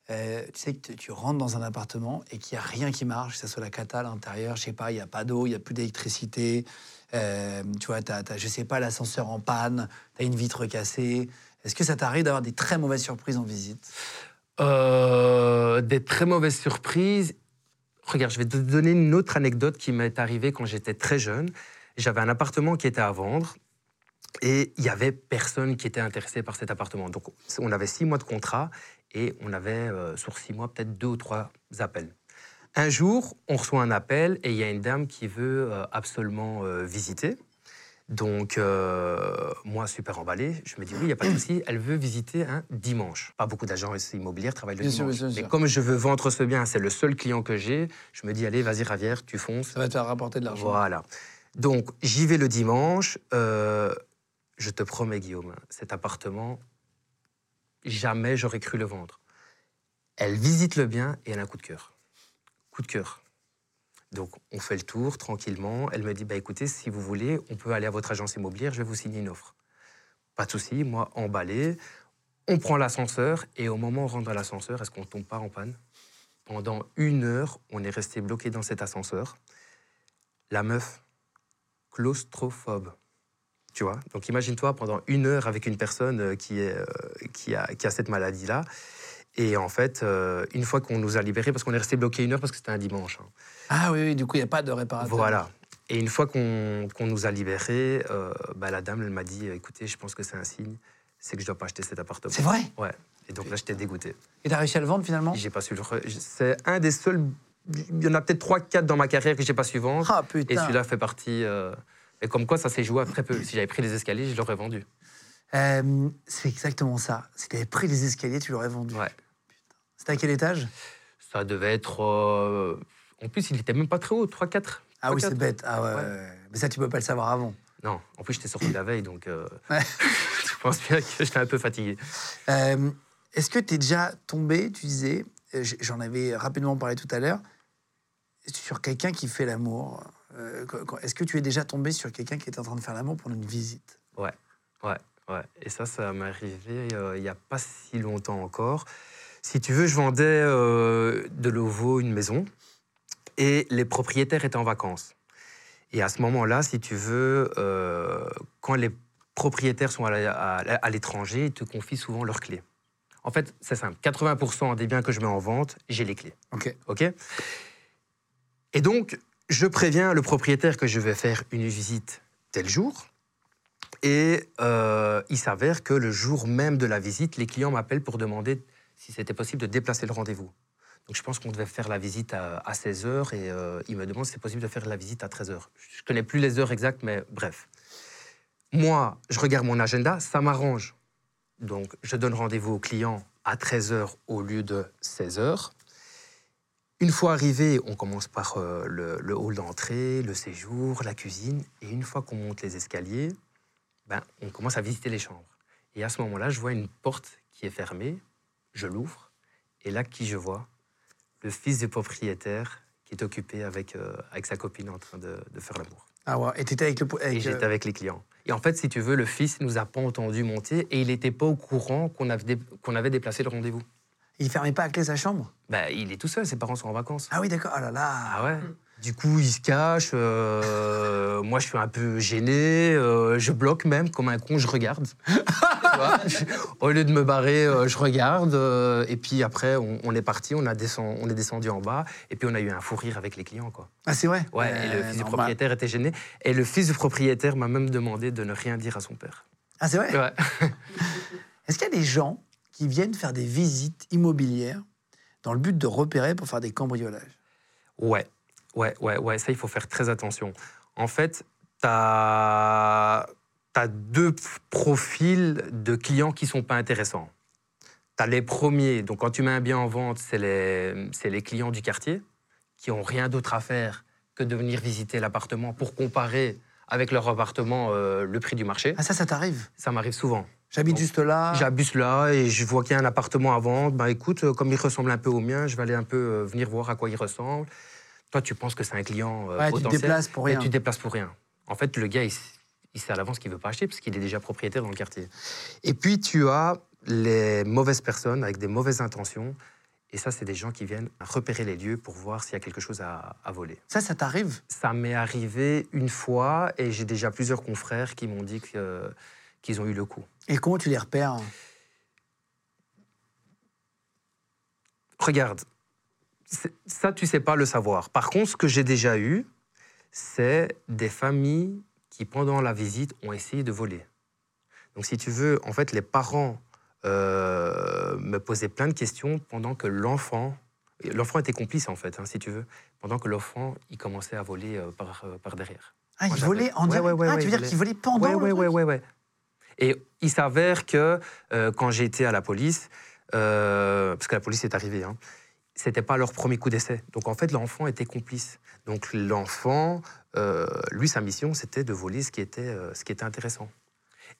S1: euh, tu sais que tu- tu rentres dans un appartement et qu'il n'y a rien qui marche, que ce soit la cata à l'intérieur, je sais pas, il n'y a pas d'eau, il n'y a plus d'électricité, euh, tu vois, t'as, t'as, je sais pas, l'ascenseur en panne, tu as une vitre cassée. Est-ce que ça t'arrive d'avoir des très mauvaises surprises en visite
S3: Euh, des très mauvaises surprises. Regarde, je vais te donner une autre anecdote qui m'est arrivée quand j'étais très jeune. J'avais un appartement qui était à vendre et il y avait personne qui était intéressé par cet appartement. Donc, on avait six mois de contrat et on avait euh, sur six mois peut-être deux ou trois appels. Un jour, on reçoit un appel et il y a une dame qui veut euh, absolument euh, visiter. Donc, euh, moi, super emballé, je me dis oui, il n'y a pas de souci, elle veut visiter un dimanche. Pas beaucoup d'agents immobiliers travaillent le
S1: Bien sûr,
S3: dimanche.
S1: bien sûr, bien
S3: Mais
S1: sûr.
S3: comme je veux vendre ce bien, c'est le seul client que j'ai, je me dis allez, vas-y, Ravière, tu fonces.
S1: Ça va te faire rapporter de l'argent.
S3: Voilà. Donc, j'y vais le dimanche. euh, je te promets, Guillaume, cet appartement, jamais j'aurais cru le vendre. Elle visite le bien et elle a un coup de cœur. Coup de cœur. Donc, on fait le tour tranquillement. Elle me dit bah, écoutez, si vous voulez, on peut aller à votre agence immobilière, je vais vous signer une offre. Pas de souci, moi, emballé. On prend l'ascenseur et au moment où on rentre dans l'ascenseur, est-ce qu'on ne tombe pas en panne Pendant une heure, on est resté bloqué dans cet ascenseur. La meuf, claustrophobe. Tu vois Donc imagine-toi pendant une heure avec une personne euh, qui, est, euh, qui, a, qui a cette maladie-là. Et en fait, euh, une fois qu'on nous a libérés, parce qu'on est resté bloqué une heure parce que c'était un dimanche. hein.
S1: Ah oui, oui, du coup, il n'y a pas de réparateur.
S3: Voilà. Et une fois qu'on qu'on nous a libérés, euh, bah, la dame, elle m'a dit écoutez, je pense que c'est un signe. c'est que je dois pas acheter cet appartement.
S1: C'est vrai Ah.
S3: Ouais. Et donc là, j'étais dégoûté.
S1: Et t'as réussi à le vendre finalement
S3: J'ai pas su le. re- C'est un des seuls. Il y en a peut-être 3-4 dans ma carrière que j'ai pas su vendre.
S1: Ah
S3: et
S1: putain.
S3: celui-là fait partie. euh, Et comme quoi, ça s'est joué à très peu. Si j'avais pris les escaliers, je l'aurais vendu.
S1: Euh, c'est exactement ça. Si t'avais pris les escaliers, tu l'aurais vendu.
S3: Ouais.
S1: C'était à quel étage
S3: Ça devait être. euh, En plus, il était même pas très haut, 3-4.
S1: Ah oui, c'est
S3: Peut-être.
S1: bête. Ah ouais,
S3: Ouais.
S1: ouais. Mais ça, tu peux pas le savoir avant.
S3: Non, en plus, j'étais sorti la veille, donc. euh,
S1: Ouais.
S3: je pense bien que j'étais un peu fatigué.
S1: Euh, Est-ce que t'es déjà tombé, tu disais, euh, j- j'en avais rapidement parlé tout à l'heure, sur quelqu'un qui fait l'amour Euh, quand- quand- Est-ce que tu es déjà tombé sur quelqu'un qui était en train de faire l'amour pendant une visite
S3: Ouais. Et ça, ça m'est arrivé euh, il n'y a pas si longtemps encore. Si tu veux, je vendais euh, de l'OVO une maison et les propriétaires étaient en vacances. Et à ce moment-là, si tu veux, euh, quand les propriétaires sont à la- à la- à l'étranger, ils te confient souvent leurs clés. En fait, c'est simple. 80% des biens que je mets en vente, j'ai les clés.
S1: Ok.
S3: OK Et donc, je préviens le propriétaire que je vais faire une visite tel jour. Et euh, il s'avère que le jour même de la visite, les clients m'appellent pour demander si c'était possible de déplacer le rendez-vous. Donc je pense qu'on devait faire la visite à, 16h et euh, il me demande si c'est possible de faire la visite à 13h. Je connais plus les heures exactes, mais bref. Moi, je regarde mon agenda, ça m'arrange. Donc je donne rendez-vous au client à 13h au lieu de 16h. Une fois arrivé, on commence par euh, le, le hall d'entrée, le séjour, la cuisine. Et une fois qu'on monte les escaliers, ben, on commence à visiter les chambres. Et à ce moment-là, je vois une porte qui est fermée, je l'ouvre, et là, qui je vois Le fils du propriétaire qui est occupé avec, euh, avec sa copine en train de, de faire l'amour.
S1: Ah ouais, et t'étais avec le... po-
S3: Et
S1: avec, euh,
S3: j'étais avec les clients. Et en fait, si tu veux, le fils nous a pas entendu monter et il n'était pas au courant qu'on avait, dé- qu'on avait déplacé le rendez-vous.
S1: Il fermait pas à clé sa chambre
S3: Ben, il est tout seul, ses parents sont en vacances.
S1: Ah oui, d'accord. Ah là là.
S3: Ah ouais Du coup, il se cache. euh, moi, je suis un peu gêné. euh, je bloque même, comme un con, je regarde. Tu vois Au lieu de me barrer, euh, je regarde. euh, et puis après, on, on est parti, on, a descend- on est descendu en bas. Et puis, on a eu un fou rire avec les clients, quoi.
S1: Ah, c'est vrai
S3: Ouais, et le
S1: Euh,
S3: fils du
S1: normal.
S3: propriétaire était gêné. Et le fils du propriétaire m'a même demandé de ne rien dire à son père.
S1: Ah, c'est vrai
S3: Ouais.
S1: Est-ce qu'il y a des gens qui viennent faire des visites immobilières dans le but de repérer pour faire des cambriolages
S3: Ouais, ouais, ouais, ouais, ça, il faut faire très attention. En fait, tu as, deux f- profils de clients qui sont pas intéressants. Tu as les premiers, donc quand tu mets un bien en vente, c'est les, c'est les clients du quartier qui ont rien d'autre à faire que de venir visiter l'appartement pour comparer avec leur appartement euh, le prix du marché.
S1: Ah, ça, ça t'arrive
S3: Ça m'arrive souvent.
S1: J'habite
S3: Non.
S1: juste là.
S3: J'abuse là et je vois qu'il y a un appartement à vendre. Bah écoute, euh, comme il ressemble un peu au mien, je vais aller un peu euh, venir voir à quoi il ressemble. Toi, tu penses que c'est un client euh,
S1: Ouais, tu te
S3: potentiel,
S1: déplaces pour
S3: mais
S1: rien.
S3: tu te déplaces pour rien. En fait, le gars, il, s- il sait à l'avance qu'il veut pas acheter parce qu'il est déjà propriétaire dans le quartier. Et puis tu as les mauvaises personnes avec des mauvaises intentions. Et ça, c'est des gens qui viennent repérer les lieux pour voir s'il y a quelque chose à- à voler.
S1: Ça, ça t'arrive
S3: Ça m'est arrivé une fois et j'ai déjà plusieurs confrères qui m'ont dit que, euh, qu'ils ont eu le coup.
S1: Et comment tu les repères Ah,
S3: regarde, c'est- ça, tu sais pas le savoir. Par contre, ce que j'ai déjà eu, c'est des familles qui, pendant la visite, ont essayé de voler. Donc, si tu veux, en fait, les parents euh, me posaient plein de questions pendant que l'enfant. L'enfant était complice, en fait, hein, si tu veux. Pendant que l'enfant, il commençait à voler euh, par, euh, par derrière.
S1: Ah,
S3: Moi,
S1: ils volaient en
S3: j'avais-
S1: direct
S3: Ouais, ouais, ouais,
S1: Ah,
S3: ouais,
S1: tu
S3: ils
S1: veux dire
S3: volaient.
S1: qu'ils volaient pendant
S3: Ouais,
S1: le
S3: ouais,
S1: truc
S3: ouais, ouais, ouais. Et il s'avère que euh, quand j'ai été à la police, euh, parce que la police est arrivée, hein, c'était pas leur premier coup d'essai. Donc en fait, l'enfant était complice. Donc l'enfant, euh, lui, sa mission, c'était de voler ce qui était, euh, ce qui était intéressant.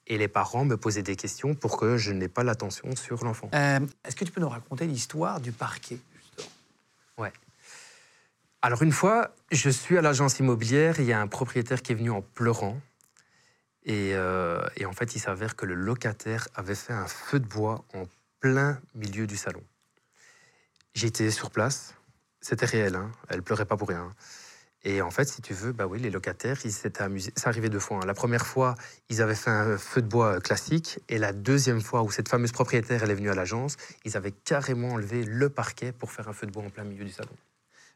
S3: Et les parents me posaient des questions pour que je n'ai pas l'attention sur l'enfant.
S1: Euh, Est-ce que tu peux nous raconter l'histoire du parquet
S3: Alors une fois, je suis à l'agence immobilière, il y a un propriétaire qui est venu en pleurant. Et, euh, et en fait, il s'avère que le locataire avait fait un feu de bois en plein milieu du salon. J'étais sur place, c'était réel, hein, elle pleurait pas pour rien. Et en fait, si tu veux, bah oui, les locataires, ils s'étaient amusés. C'est arrivé deux fois. hein. La première fois, ils avaient fait un feu de bois euh, classique. Et la deuxième fois où cette fameuse propriétaire, elle est venue à l'agence, ils avaient carrément enlevé le parquet pour faire un feu de bois en plein milieu du salon.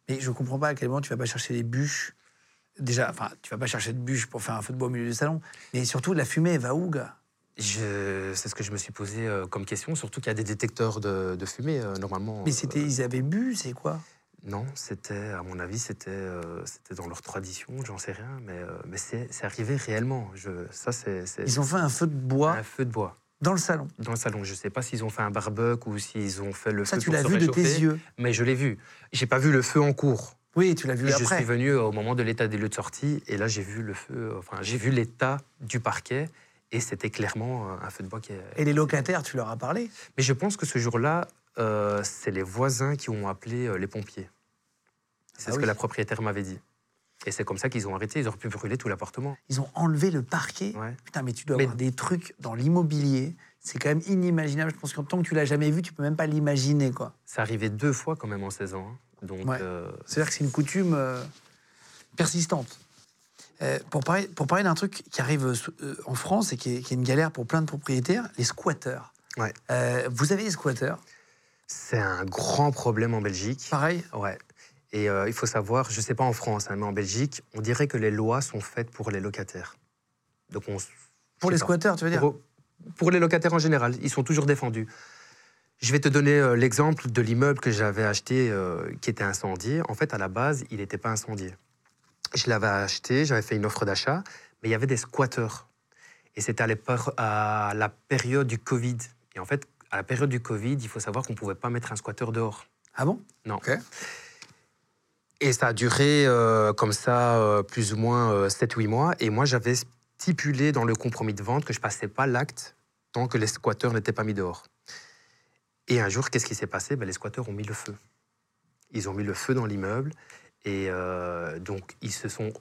S1: Mais je comprends pas à quel moment tu vas pas chercher les bûches. Déjà, enfin, tu vas pas chercher de bûches pour faire un feu de bois au milieu du salon. Mais surtout, la fumée, elle va où, gars
S3: Je- C'est ce que je me suis posé euh, comme question, surtout qu'il y a des détecteurs de, de fumée euh, normalement.
S1: Mais
S3: euh,
S1: c'était, ils avaient bu, c'est quoi
S3: Non, c'était, à mon avis, c'était, euh, c'était dans leur tradition, j'en sais rien, mais, euh, mais c'est, c'est arrivé réellement. Je, ça, c'est, c'est
S1: Ils ont fait un feu de bois
S3: Euh, un feu de bois
S1: dans le salon.
S3: dans le salon. Je ne sais pas s'ils ont fait un barbecue ou s'ils ont fait le
S1: Ça,
S3: feu
S1: tu
S3: pour
S1: l'as
S3: se
S1: vu de tes
S3: réchauffer,
S1: yeux.
S3: Mais je l'ai vu. J'ai pas vu le feu en cours.
S1: Oui, tu l'as vu
S3: Et je
S1: après.
S3: suis venu au moment de l'état des lieux de sortie et là j'ai vu le feu. Enfin, j'ai vu l'état du parquet et c'était clairement euh, un feu de bois qui. est-
S1: Et les locataires, tu leur as parlé
S3: Mais je pense que ce jour-là, euh, c'est les voisins qui ont appelé euh, les pompiers. C'est
S1: Ah
S3: ce
S1: oui.
S3: que la propriétaire m'avait dit. Et c'est comme ça qu'ils ont arrêté. Ils auraient pu brûler tout l'appartement.
S1: Ils ont enlevé le parquet.
S3: Ouais.
S1: Putain, mais tu dois
S3: Mais-
S1: avoir des trucs dans l'immobilier. C'est quand même inimaginable. Je pense qu'en tant que tu l'as jamais vu, tu peux même pas l'imaginer, quoi.
S3: Ça arrivait deux fois quand même en 16 ans. hein. Donc,
S1: Ouais.
S3: euh,
S1: C'est-à-dire que c'est une coutume euh, persistante. Euh, pour parler, pour parler d'un truc qui arrive euh, sou- euh, en France et qui est, qui est une galère pour plein de propriétaires, les squatteurs.
S3: Ouais.
S1: Euh, vous avez des squatteurs
S3: c'est un grand problème en Belgique.
S1: Pareil
S3: Ouais. Et euh, il faut savoir, je ne sais pas en France, hein, mais en Belgique, on dirait que les lois sont faites pour les locataires. Donc on, s-
S1: Pour
S3: je
S1: les
S3: sais pas.
S1: squatteurs, tu veux dire
S3: pour, pour les locataires en général, ils sont toujours défendus. Je vais te donner euh, l'exemple de l'immeuble que j'avais acheté euh, qui était incendié. En fait, à la base, il n'était pas incendié. Je l'avais acheté, j'avais fait une offre d'achat, mais il y avait des squatteurs. Et c'était à, l'époque- à la période du Covid. Et en fait, à la période du Covid, il faut savoir qu'on ne pouvait pas mettre un squatteur dehors.
S1: Ah bon
S3: Non.
S1: Ok.
S3: Et ça a duré euh, comme ça euh, plus ou moins 7-8 mois. Et moi, j'avais stipulé dans le compromis de vente que je passais pas l'acte tant que les squatteurs n'étaient pas mis dehors. Et un jour, qu'est-ce qui s'est passé Ben, Les squatteurs ont mis le feu. Ils ont mis le feu dans l'immeuble. Et euh, donc, ils se sont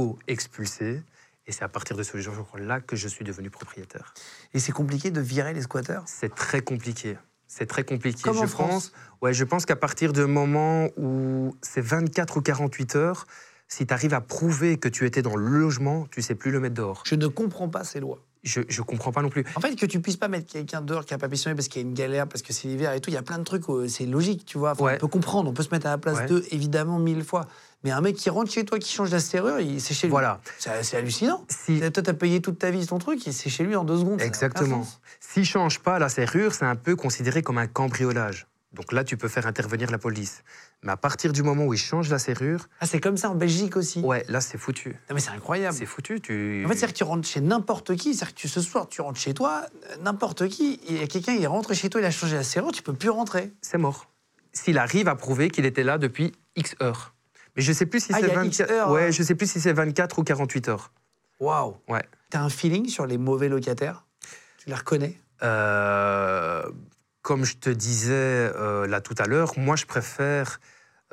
S3: auto-expulsés. Et c'est à partir de ce jour-là que je suis devenu propriétaire.
S1: Et c'est compliqué de virer les squatteurs
S3: C'est très compliqué. C'est très compliqué.
S1: Comme
S3: je
S1: en France.
S3: pense, ouais, je pense qu'à partir du moment où c'est 24 ou 48 heures, si tu arrives à prouver que tu étais dans le logement, tu sais plus le mettre dehors.
S1: Je ne comprends pas ces lois.
S3: Je ne comprends pas non plus.
S1: En fait, que tu puisses pas mettre quelqu'un dehors qui a pas pissionné parce qu'il y a une galère, parce que c'est l'hiver et tout, il y a plein de trucs, où euh, c'est logique, tu vois. Enfin,
S3: Ouais.
S1: On peut comprendre, on peut se mettre à la place
S3: Ouais.
S1: d'eux, évidemment, mille fois. Mais un mec qui rentre chez toi, qui change la serrure, il- c'est chez lui.
S3: Voilà.
S1: C'est c'est hallucinant.
S3: Si,
S1: Toi, t'as payé toute ta vie son truc et c'est chez lui en deux secondes. ça n'a aucun
S3: exactement.
S1: sens.
S3: S'il change pas la serrure, c'est un peu considéré comme un cambriolage. Donc là, tu peux faire intervenir la police. Mais à partir du moment où il change la serrure,
S1: Ah, c'est comme ça en Belgique aussi.
S3: ouais, là, c'est foutu.
S1: Non, mais c'est incroyable.
S3: C'est foutu. Tu...
S1: En fait, c'est-à-dire que tu rentres chez n'importe qui. C'est-à-dire que tu- ce soir, tu rentres chez toi, euh, n'importe qui, il y a quelqu'un, il est rentré chez toi, il a changé la serrure, tu peux plus rentrer.
S3: c'est mort. S'il arrive à prouver qu'il était là depuis X heures. Mais je sais plus si
S1: Ah, il
S3: c'est
S1: y a X
S3: 24
S1: heures, hein.
S3: Ouais, je sais plus si c'est 24 ou 48 heures.
S1: Waouh.
S3: Ouais.
S1: T'as un feeling sur les mauvais locataires Tu les reconnais
S3: Euh, comme je te disais euh, là tout à l'heure, moi je préfère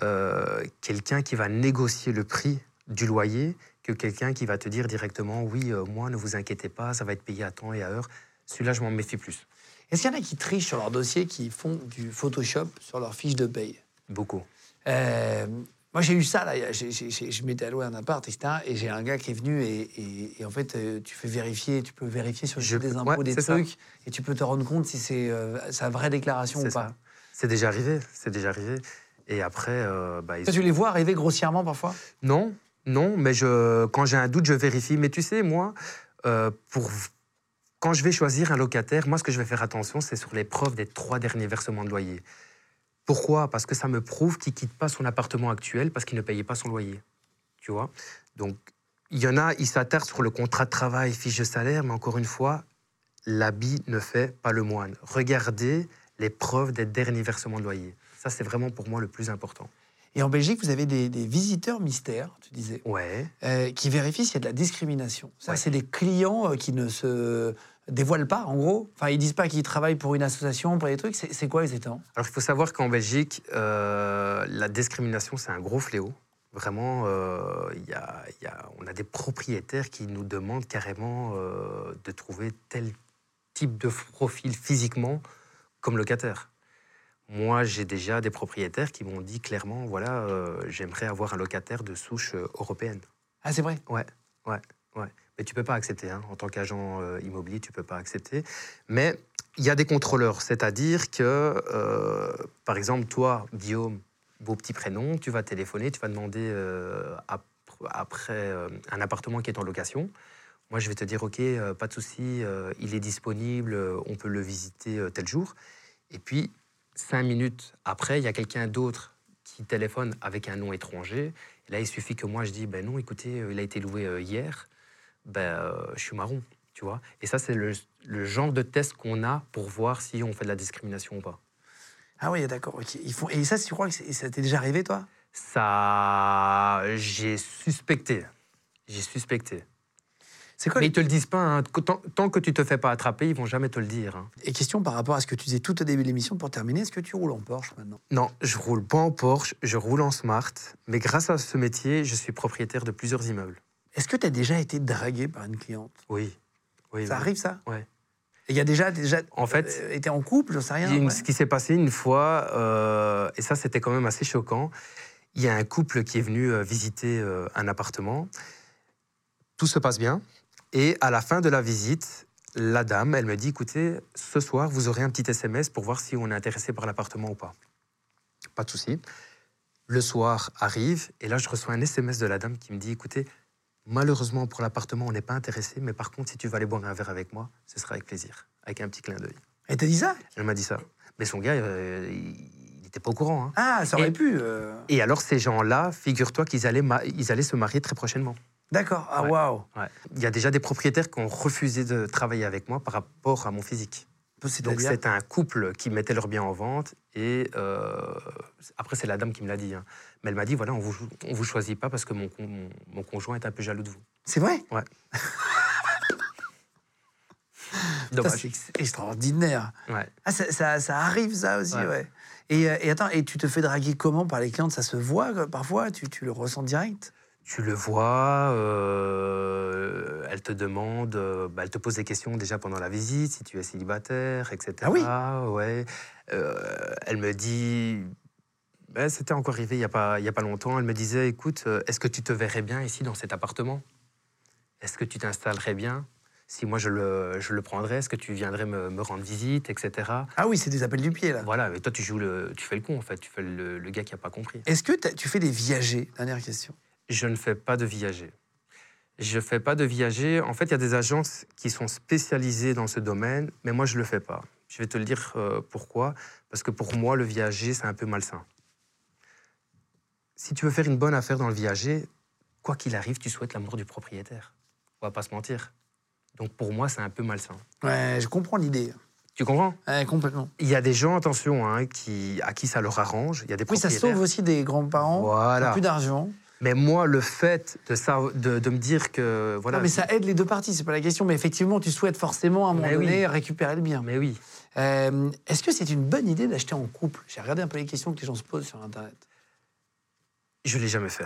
S3: euh, quelqu'un qui va négocier le prix du loyer que quelqu'un qui va te dire directement oui, euh, moi ne vous inquiétez pas, ça va être payé à temps et à heure. Celui-là, je m'en méfie plus.
S1: Est-ce qu'il y en a qui trichent sur leur dossier, qui font du Photoshop sur leur fiche de paye
S3: Beaucoup.
S1: Euh, moi, j'ai eu ça, là. j'ai- j'ai- j'ai- je m'étais alloué un appart, etc. Et j'ai un gars qui est venu et, et- et en fait, euh, tu fais vérifier, tu peux vérifier sur le
S3: Je
S1: site des
S3: peux-
S1: impôts
S3: ouais,
S1: des
S3: c'est ça.
S1: trucs et tu peux te rendre compte si c'est euh, sa vraie déclaration ou
S3: C'est
S1: pas.
S3: ça. C'est déjà arrivé. C'est déjà arrivé. Et après, euh, bah, ils
S1: Ça, tu les vois arriver grossièrement parfois
S3: Non, non, mais je, quand j'ai un doute, je vérifie. Mais tu sais, moi, euh, pour, quand je vais choisir un locataire, moi, ce que je vais faire attention, c'est sur les preuves des trois derniers versements de loyer. Pourquoi Parce que ça me prouve qu'il quitte pas son appartement actuel parce qu'il ne payait pas son loyer. Tu vois Donc, il y en a, ils s'attardent sur le contrat de travail, fiche de salaire, mais encore une fois, l'habit ne fait pas le moine. Regardez les preuves des derniers versements de loyer. Ça, c'est vraiment pour moi le plus important.
S1: Et en Belgique, vous avez des, des visiteurs mystères, tu disais,
S3: Ouais.
S1: euh, qui vérifient s'il y a de la discrimination. Ça,
S3: Ouais.
S1: c'est des clients euh, qui ne se dévoilent pas, en gros. Enfin, ils disent pas qu'ils travaillent pour une association, pour des trucs. C'est c'est quoi, ils étaient
S3: Alors, il faut savoir qu'en Belgique, euh, la discrimination, c'est un gros fléau. Vraiment, euh, il y a- il y a- on a des propriétaires qui nous demandent carrément euh, de trouver tel type de profil physiquement comme locataire. Moi, j'ai déjà des propriétaires qui m'ont dit clairement, voilà, euh, j'aimerais avoir un locataire de souche euh, européenne.
S1: Ah, c'est vrai
S3: Mais tu peux pas accepter, hein. en tant qu'agent euh, immobilier, tu peux pas accepter. Mais il y a des contrôleurs, c'est-à-dire que, euh, par exemple, toi, Guillaume, beau petit prénom, tu vas téléphoner, tu vas demander euh, ap- après euh, un appartement qui est en location. Moi, je vais te dire, OK, euh, pas de souci, euh, il est disponible, euh, on peut le visiter euh, tel jour. Et puis, cinq minutes après, il y a quelqu'un d'autre qui téléphone avec un nom étranger. Là, il suffit que moi, je dis, ben non, écoutez, euh, il a été loué euh, hier, ben, euh, je suis marron, tu vois. Et ça, c'est le, le genre de test qu'on a pour voir si on fait de la discrimination ou pas.
S1: Ah oui, d'accord. ok. Ils font... Et ça, tu crois que c'est- ça t'est déjà arrivé, toi
S3: Ça, j'ai suspecté. J'ai suspecté.
S1: C'est quoi
S3: Mais
S1: les...
S3: ils te le disent pas. hein. Qu- Tant, tant que tu te fais pas attraper, ils vont jamais te le dire. hein.
S1: Et question par rapport à ce que tu disais tout au début de l'émission pour terminer, est-ce que tu roules en Porsche maintenant
S3: Non, je roule pas en Porsche, je roule en Smart. Mais grâce à ce métier, je suis propriétaire de plusieurs immeubles.
S1: Est-ce que tu as déjà été dragué par une cliente
S3: Oui. oui
S1: Ça
S3: oui.
S1: arrive, ça
S3: Ouais.
S1: Et Il y a déjà, déjà
S3: En fait,
S1: euh, été en couple, j'en sais rien.
S3: Il y a une-
S1: ouais.
S3: Ce qui s'est passé une fois, euh, et ça c'était quand même assez choquant, il y a un couple qui est venu euh, visiter euh, un appartement. Tout se passe bien. Et à la fin de la visite, la dame, elle me dit, écoutez, ce soir, vous aurez un petit SMS pour voir si on est intéressé par l'appartement ou pas. Pas de souci. Le soir arrive, et là, je reçois un SMS de la dame qui me dit, écoutez, malheureusement pour l'appartement, on n'est pas intéressé, mais par contre, si tu vas aller boire un verre avec moi, ce sera avec plaisir, avec un petit clin d'œil.
S1: Et t'as dit ça
S3: Elle m'a dit ça. Mais son gars, euh, il n'était pas au courant. hein.
S1: Ah, ça aurait
S3: Et-
S1: pu. euh,
S3: Et alors, ces gens-là, figure-toi qu'ils allaient, ma- ils allaient se marier très prochainement.
S1: D'accord. Ah,
S3: Ouais.
S1: waouh.
S3: Il y a déjà des propriétaires qui ont refusé de travailler avec moi par rapport à mon physique.
S1: Bah,
S3: Donc,
S1: C'est-à-dire
S3: c'était un couple qui mettait leurs biens en vente. Et euh, après, c'est la dame qui me l'a dit. hein. Mais elle m'a dit voilà, on vous, on vous choisit pas parce que mon, con- mon, mon conjoint est un peu jaloux de vous.
S1: C'est vrai Putain,
S3: Dommage.
S1: C'est ex- extraordinaire.
S3: Ouais.
S1: Ah, ça, ça- ça arrive, ça aussi, ouais.
S3: Ouais.
S1: Et, euh, et attends, et tu te fais draguer comment par les clientes Ça se voit euh, parfois tu, tu le ressens direct
S3: Tu le vois, euh, elle te demande, euh, bah, elle te pose des questions déjà pendant la visite, si tu es célibataire, etc.
S1: Ah oui
S3: ouais. Euh, elle me dit, ben, c'était encore arrivé il n'y a, pas- il y a pas longtemps, elle me disait, écoute, euh, est-ce que tu te verrais bien ici dans cet appartement Est-ce que tu t'installerais bien Si moi je le, je le prendrais, est-ce que tu viendrais me, me rendre visite, etc.
S1: Ah oui, c'est des appels du pied, là.
S3: Voilà, mais toi tu joues le, tu fais le con en fait, tu fais le, le gars qui n'a pas compris.
S1: Est-ce que t'as- tu fais des viagers Dernière question.
S3: Je ne fais pas de viager. Je ne fais pas de viager. En fait, il y a des agences qui sont spécialisées dans ce domaine, mais moi, je ne le fais pas. Je vais te le dire euh, pourquoi. Parce que pour moi, le viager, c'est un peu malsain. Si tu veux faire une bonne affaire dans le viager, quoi qu'il arrive, tu souhaites la mort du propriétaire. On va pas se mentir. Donc pour moi, c'est un peu malsain.
S1: Ouais, je comprends l'idée.
S3: Tu comprends
S1: Ouais, complètement.
S3: Il y a des gens, attention, hein, qui, à qui ça leur arrange. Il y a des
S1: Oui, ça
S3: propriétaires.
S1: sauve aussi des grands-parents. qui ont
S3: Voilà.
S1: Plus d'argent.
S3: Mais moi, le fait de, ça, de, de me dire que voilà,
S1: Non, mais ça aide les deux parties, c'est pas la question. Mais effectivement, tu souhaites forcément à un moment
S3: Mais oui.
S1: donné récupérer le bien.
S3: Mais oui.
S1: Euh, Est-ce que c'est une bonne idée d'acheter en couple J'ai regardé un peu les questions que les gens se posent sur Internet.
S3: Je l'ai jamais fait.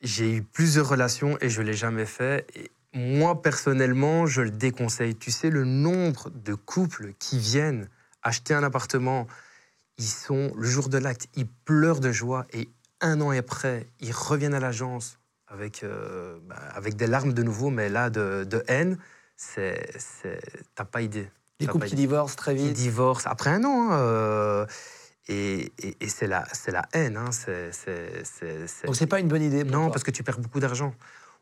S3: J'ai eu plusieurs relations et je l'ai jamais fait. Et moi, personnellement, je le déconseille. Tu sais, le nombre de couples qui viennent acheter un appartement, ils sont, le jour de l'acte, ils pleurent de joie et un an après, ils reviennent à l'agence avec, euh, bah, avec des larmes de nouveau, mais là, de, de haine. C'est, c'est- t'as pas idée.
S1: Les
S3: T'as
S1: couples
S3: pas
S1: qui
S3: idée.
S1: divorcent très
S3: Ils
S1: vite.
S3: divorcent après un an. hein, euh, et et- et c'est la, c'est la haine. hein, c'est- c'est- c'est- c'est-
S1: Donc c'est pas une bonne idée.
S3: non, parce que tu perds beaucoup d'argent.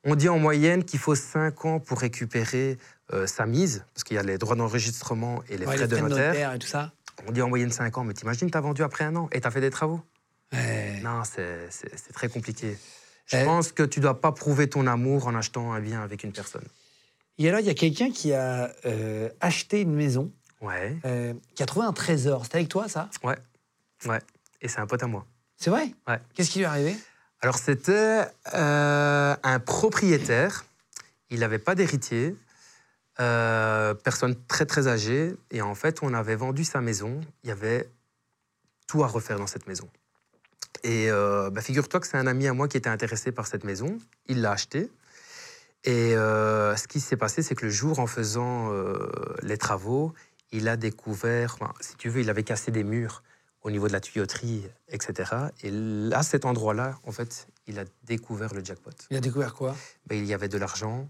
S3: On dit en moyenne qu'il faut 5 ans pour récupérer euh, sa mise, parce qu'il y a les droits d'enregistrement et les frais de notaire.
S1: et tout ça.
S3: On dit en moyenne 5 ans, mais t'imagines, t'as vendu après un an et t'as fait des travaux.
S1: Ouais.
S3: Non, c'est- c'est c'est très compliqué. Je
S1: Eh.
S3: pense que tu dois pas prouver ton amour en achetant un bien avec une personne.
S1: Et alors, il y a quelqu'un qui a euh, acheté une maison,
S3: Ouais,
S1: euh, qui a trouvé un trésor. C'était avec toi, ça
S3: ouais. Et c'est un pote à moi.
S1: C'est vrai
S3: Ouais.
S1: Qu'est-ce qui lui est arrivé
S3: Alors c'était euh, un propriétaire, il n'avait pas d'héritier, euh, personne très très âgée, et en fait on avait vendu sa maison, il y avait tout à refaire dans cette maison. Et euh, bah, figure-toi que c'est un ami à moi qui était intéressé par cette maison, il l'a achetée, et euh, ce qui s'est passé c'est que le jour en faisant euh, les travaux, il a découvert, enfin, si tu veux, il avait cassé des murs au niveau de la tuyauterie, etc. Et là, à cet endroit-là, en fait, il a découvert le jackpot.
S1: Il a découvert quoi
S3: Ben, il y avait de l'argent,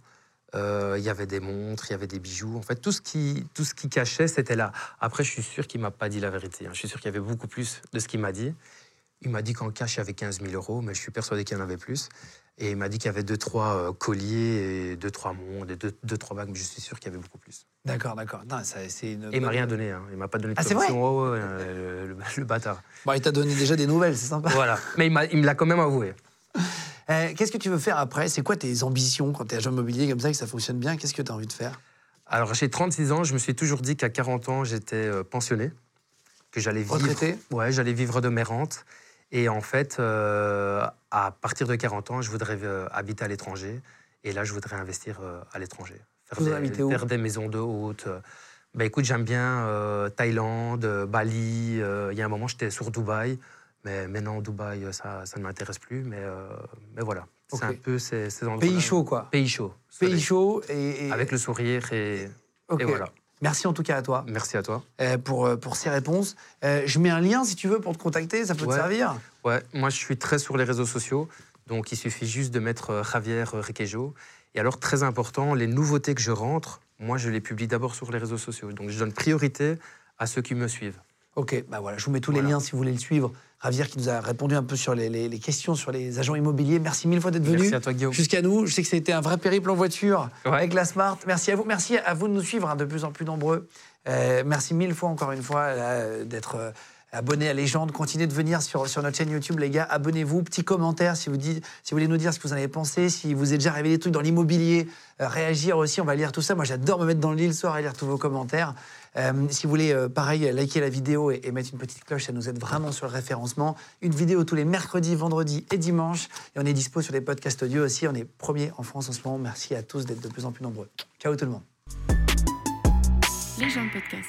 S3: euh, il y avait des montres, il y avait des bijoux. En fait, tout ce qui, tout ce qui cachait, c'était là. Après, je suis sûr qu'il m'a pas dit la vérité. hein. Je suis sûr qu'il y avait beaucoup plus de ce qu'il m'a dit. Il m'a dit qu'en cash, il y avait 15 000 euros, mais je suis persuadé qu'il y en avait plus. Et il m'a dit qu'il y avait deux, trois euh, colliers, et deux, trois mondes, et deux, deux, trois bagues, mais je suis sûr qu'il y avait beaucoup plus.
S1: D'accord, d'accord. Non, ça, c'est une
S3: Et il m'a
S1: bonne-
S3: rien donné, hein. il m'a pas donné de
S1: Ah, c'est vrai
S3: commission. Ouais, ouais, euh, le, le bâtard.
S1: Bon, il t'a donné déjà des nouvelles, c'est sympa.
S3: voilà. Mais il m'a- il me l'a quand même avoué.
S1: Euh, Qu'est-ce que tu veux faire après C'est quoi tes ambitions quand t'es agent immobilier comme ça et que ça fonctionne bien Qu'est-ce que t'as envie de faire
S3: Alors, j'ai 36 ans, je me suis toujours dit qu'à 40 ans, j'étais euh, pensionné, que j'allais vivre.
S1: Retraité
S3: Ouais, j'allais vivre de mes rentes. Et en fait, euh, à partir de 40 ans, je voudrais euh, habiter à l'étranger. Et là, je voudrais investir euh, à l'étranger. Faire,
S1: Vous
S3: des,
S1: habitez où
S3: faire des maisons de haute. euh. Bah, écoute, j'aime bien euh, Thaïlande, euh, Bali. euh, Il y a un moment, j'étais sur Dubaï. Mais maintenant, Dubaï, euh, ça, ça ne m'intéresse plus. Mais, euh, mais voilà.
S1: Ok.
S3: C'est un peu ces, ces endroits.
S1: Pays chaud, quoi.
S3: Pays chaud.
S1: Pays
S3: soleil.
S1: chaud et. et-
S3: Avec le sourire et, et
S1: Ok.
S3: voilà.
S1: Merci en tout cas à toi
S3: Merci à toi.
S1: euh, pour, euh, pour ces réponses. Euh, je mets un lien si tu veux pour te contacter, ça peut te
S3: Ouais.
S1: servir.
S3: Ouais, moi je suis très sur les réseaux sociaux, donc il suffit juste de mettre euh, Javier euh, Riquejo. Et alors très important, les nouveautés que je rentre, moi je les publie d'abord sur les réseaux sociaux. Donc je donne priorité à ceux qui me suivent.
S1: Ok, bah voilà, je vous mets tous les
S3: Voilà.
S1: liens si vous voulez le suivre. Ravière qui nous a répondu un peu sur les, les- les questions sur les agents immobiliers. Merci mille fois d'être venu
S3: Merci à toi Guillaume.
S1: jusqu'à nous. Je sais que c'était un vrai périple en voiture
S3: Ouais.
S1: avec la Smart. Merci à vous, merci à vous de nous suivre, hein, de plus en plus nombreux. Euh, merci mille fois encore une fois là, euh, d'être euh, abonnés à Légende. Continuez de venir sur, sur notre chaîne YouTube, les gars. Abonnez-vous. Petit commentaire si vous, dites, si vous voulez nous dire ce que vous en avez pensé, si vous êtes déjà arrivé des trucs dans l'immobilier. Euh, réagir aussi, on va lire tout ça. Moi, j'adore me mettre dans le lit le soir et lire tous vos commentaires. Euh, si vous voulez, euh, pareil, liker la vidéo et, et mettre une petite cloche, ça nous aide vraiment sur le référencement. Une vidéo tous les mercredis, vendredis et dimanches. Et on est dispo sur les podcasts audio aussi. On est premier en France en ce moment. Merci à tous d'être de plus en plus nombreux. Ciao tout le monde.
S8: Les gens de podcast.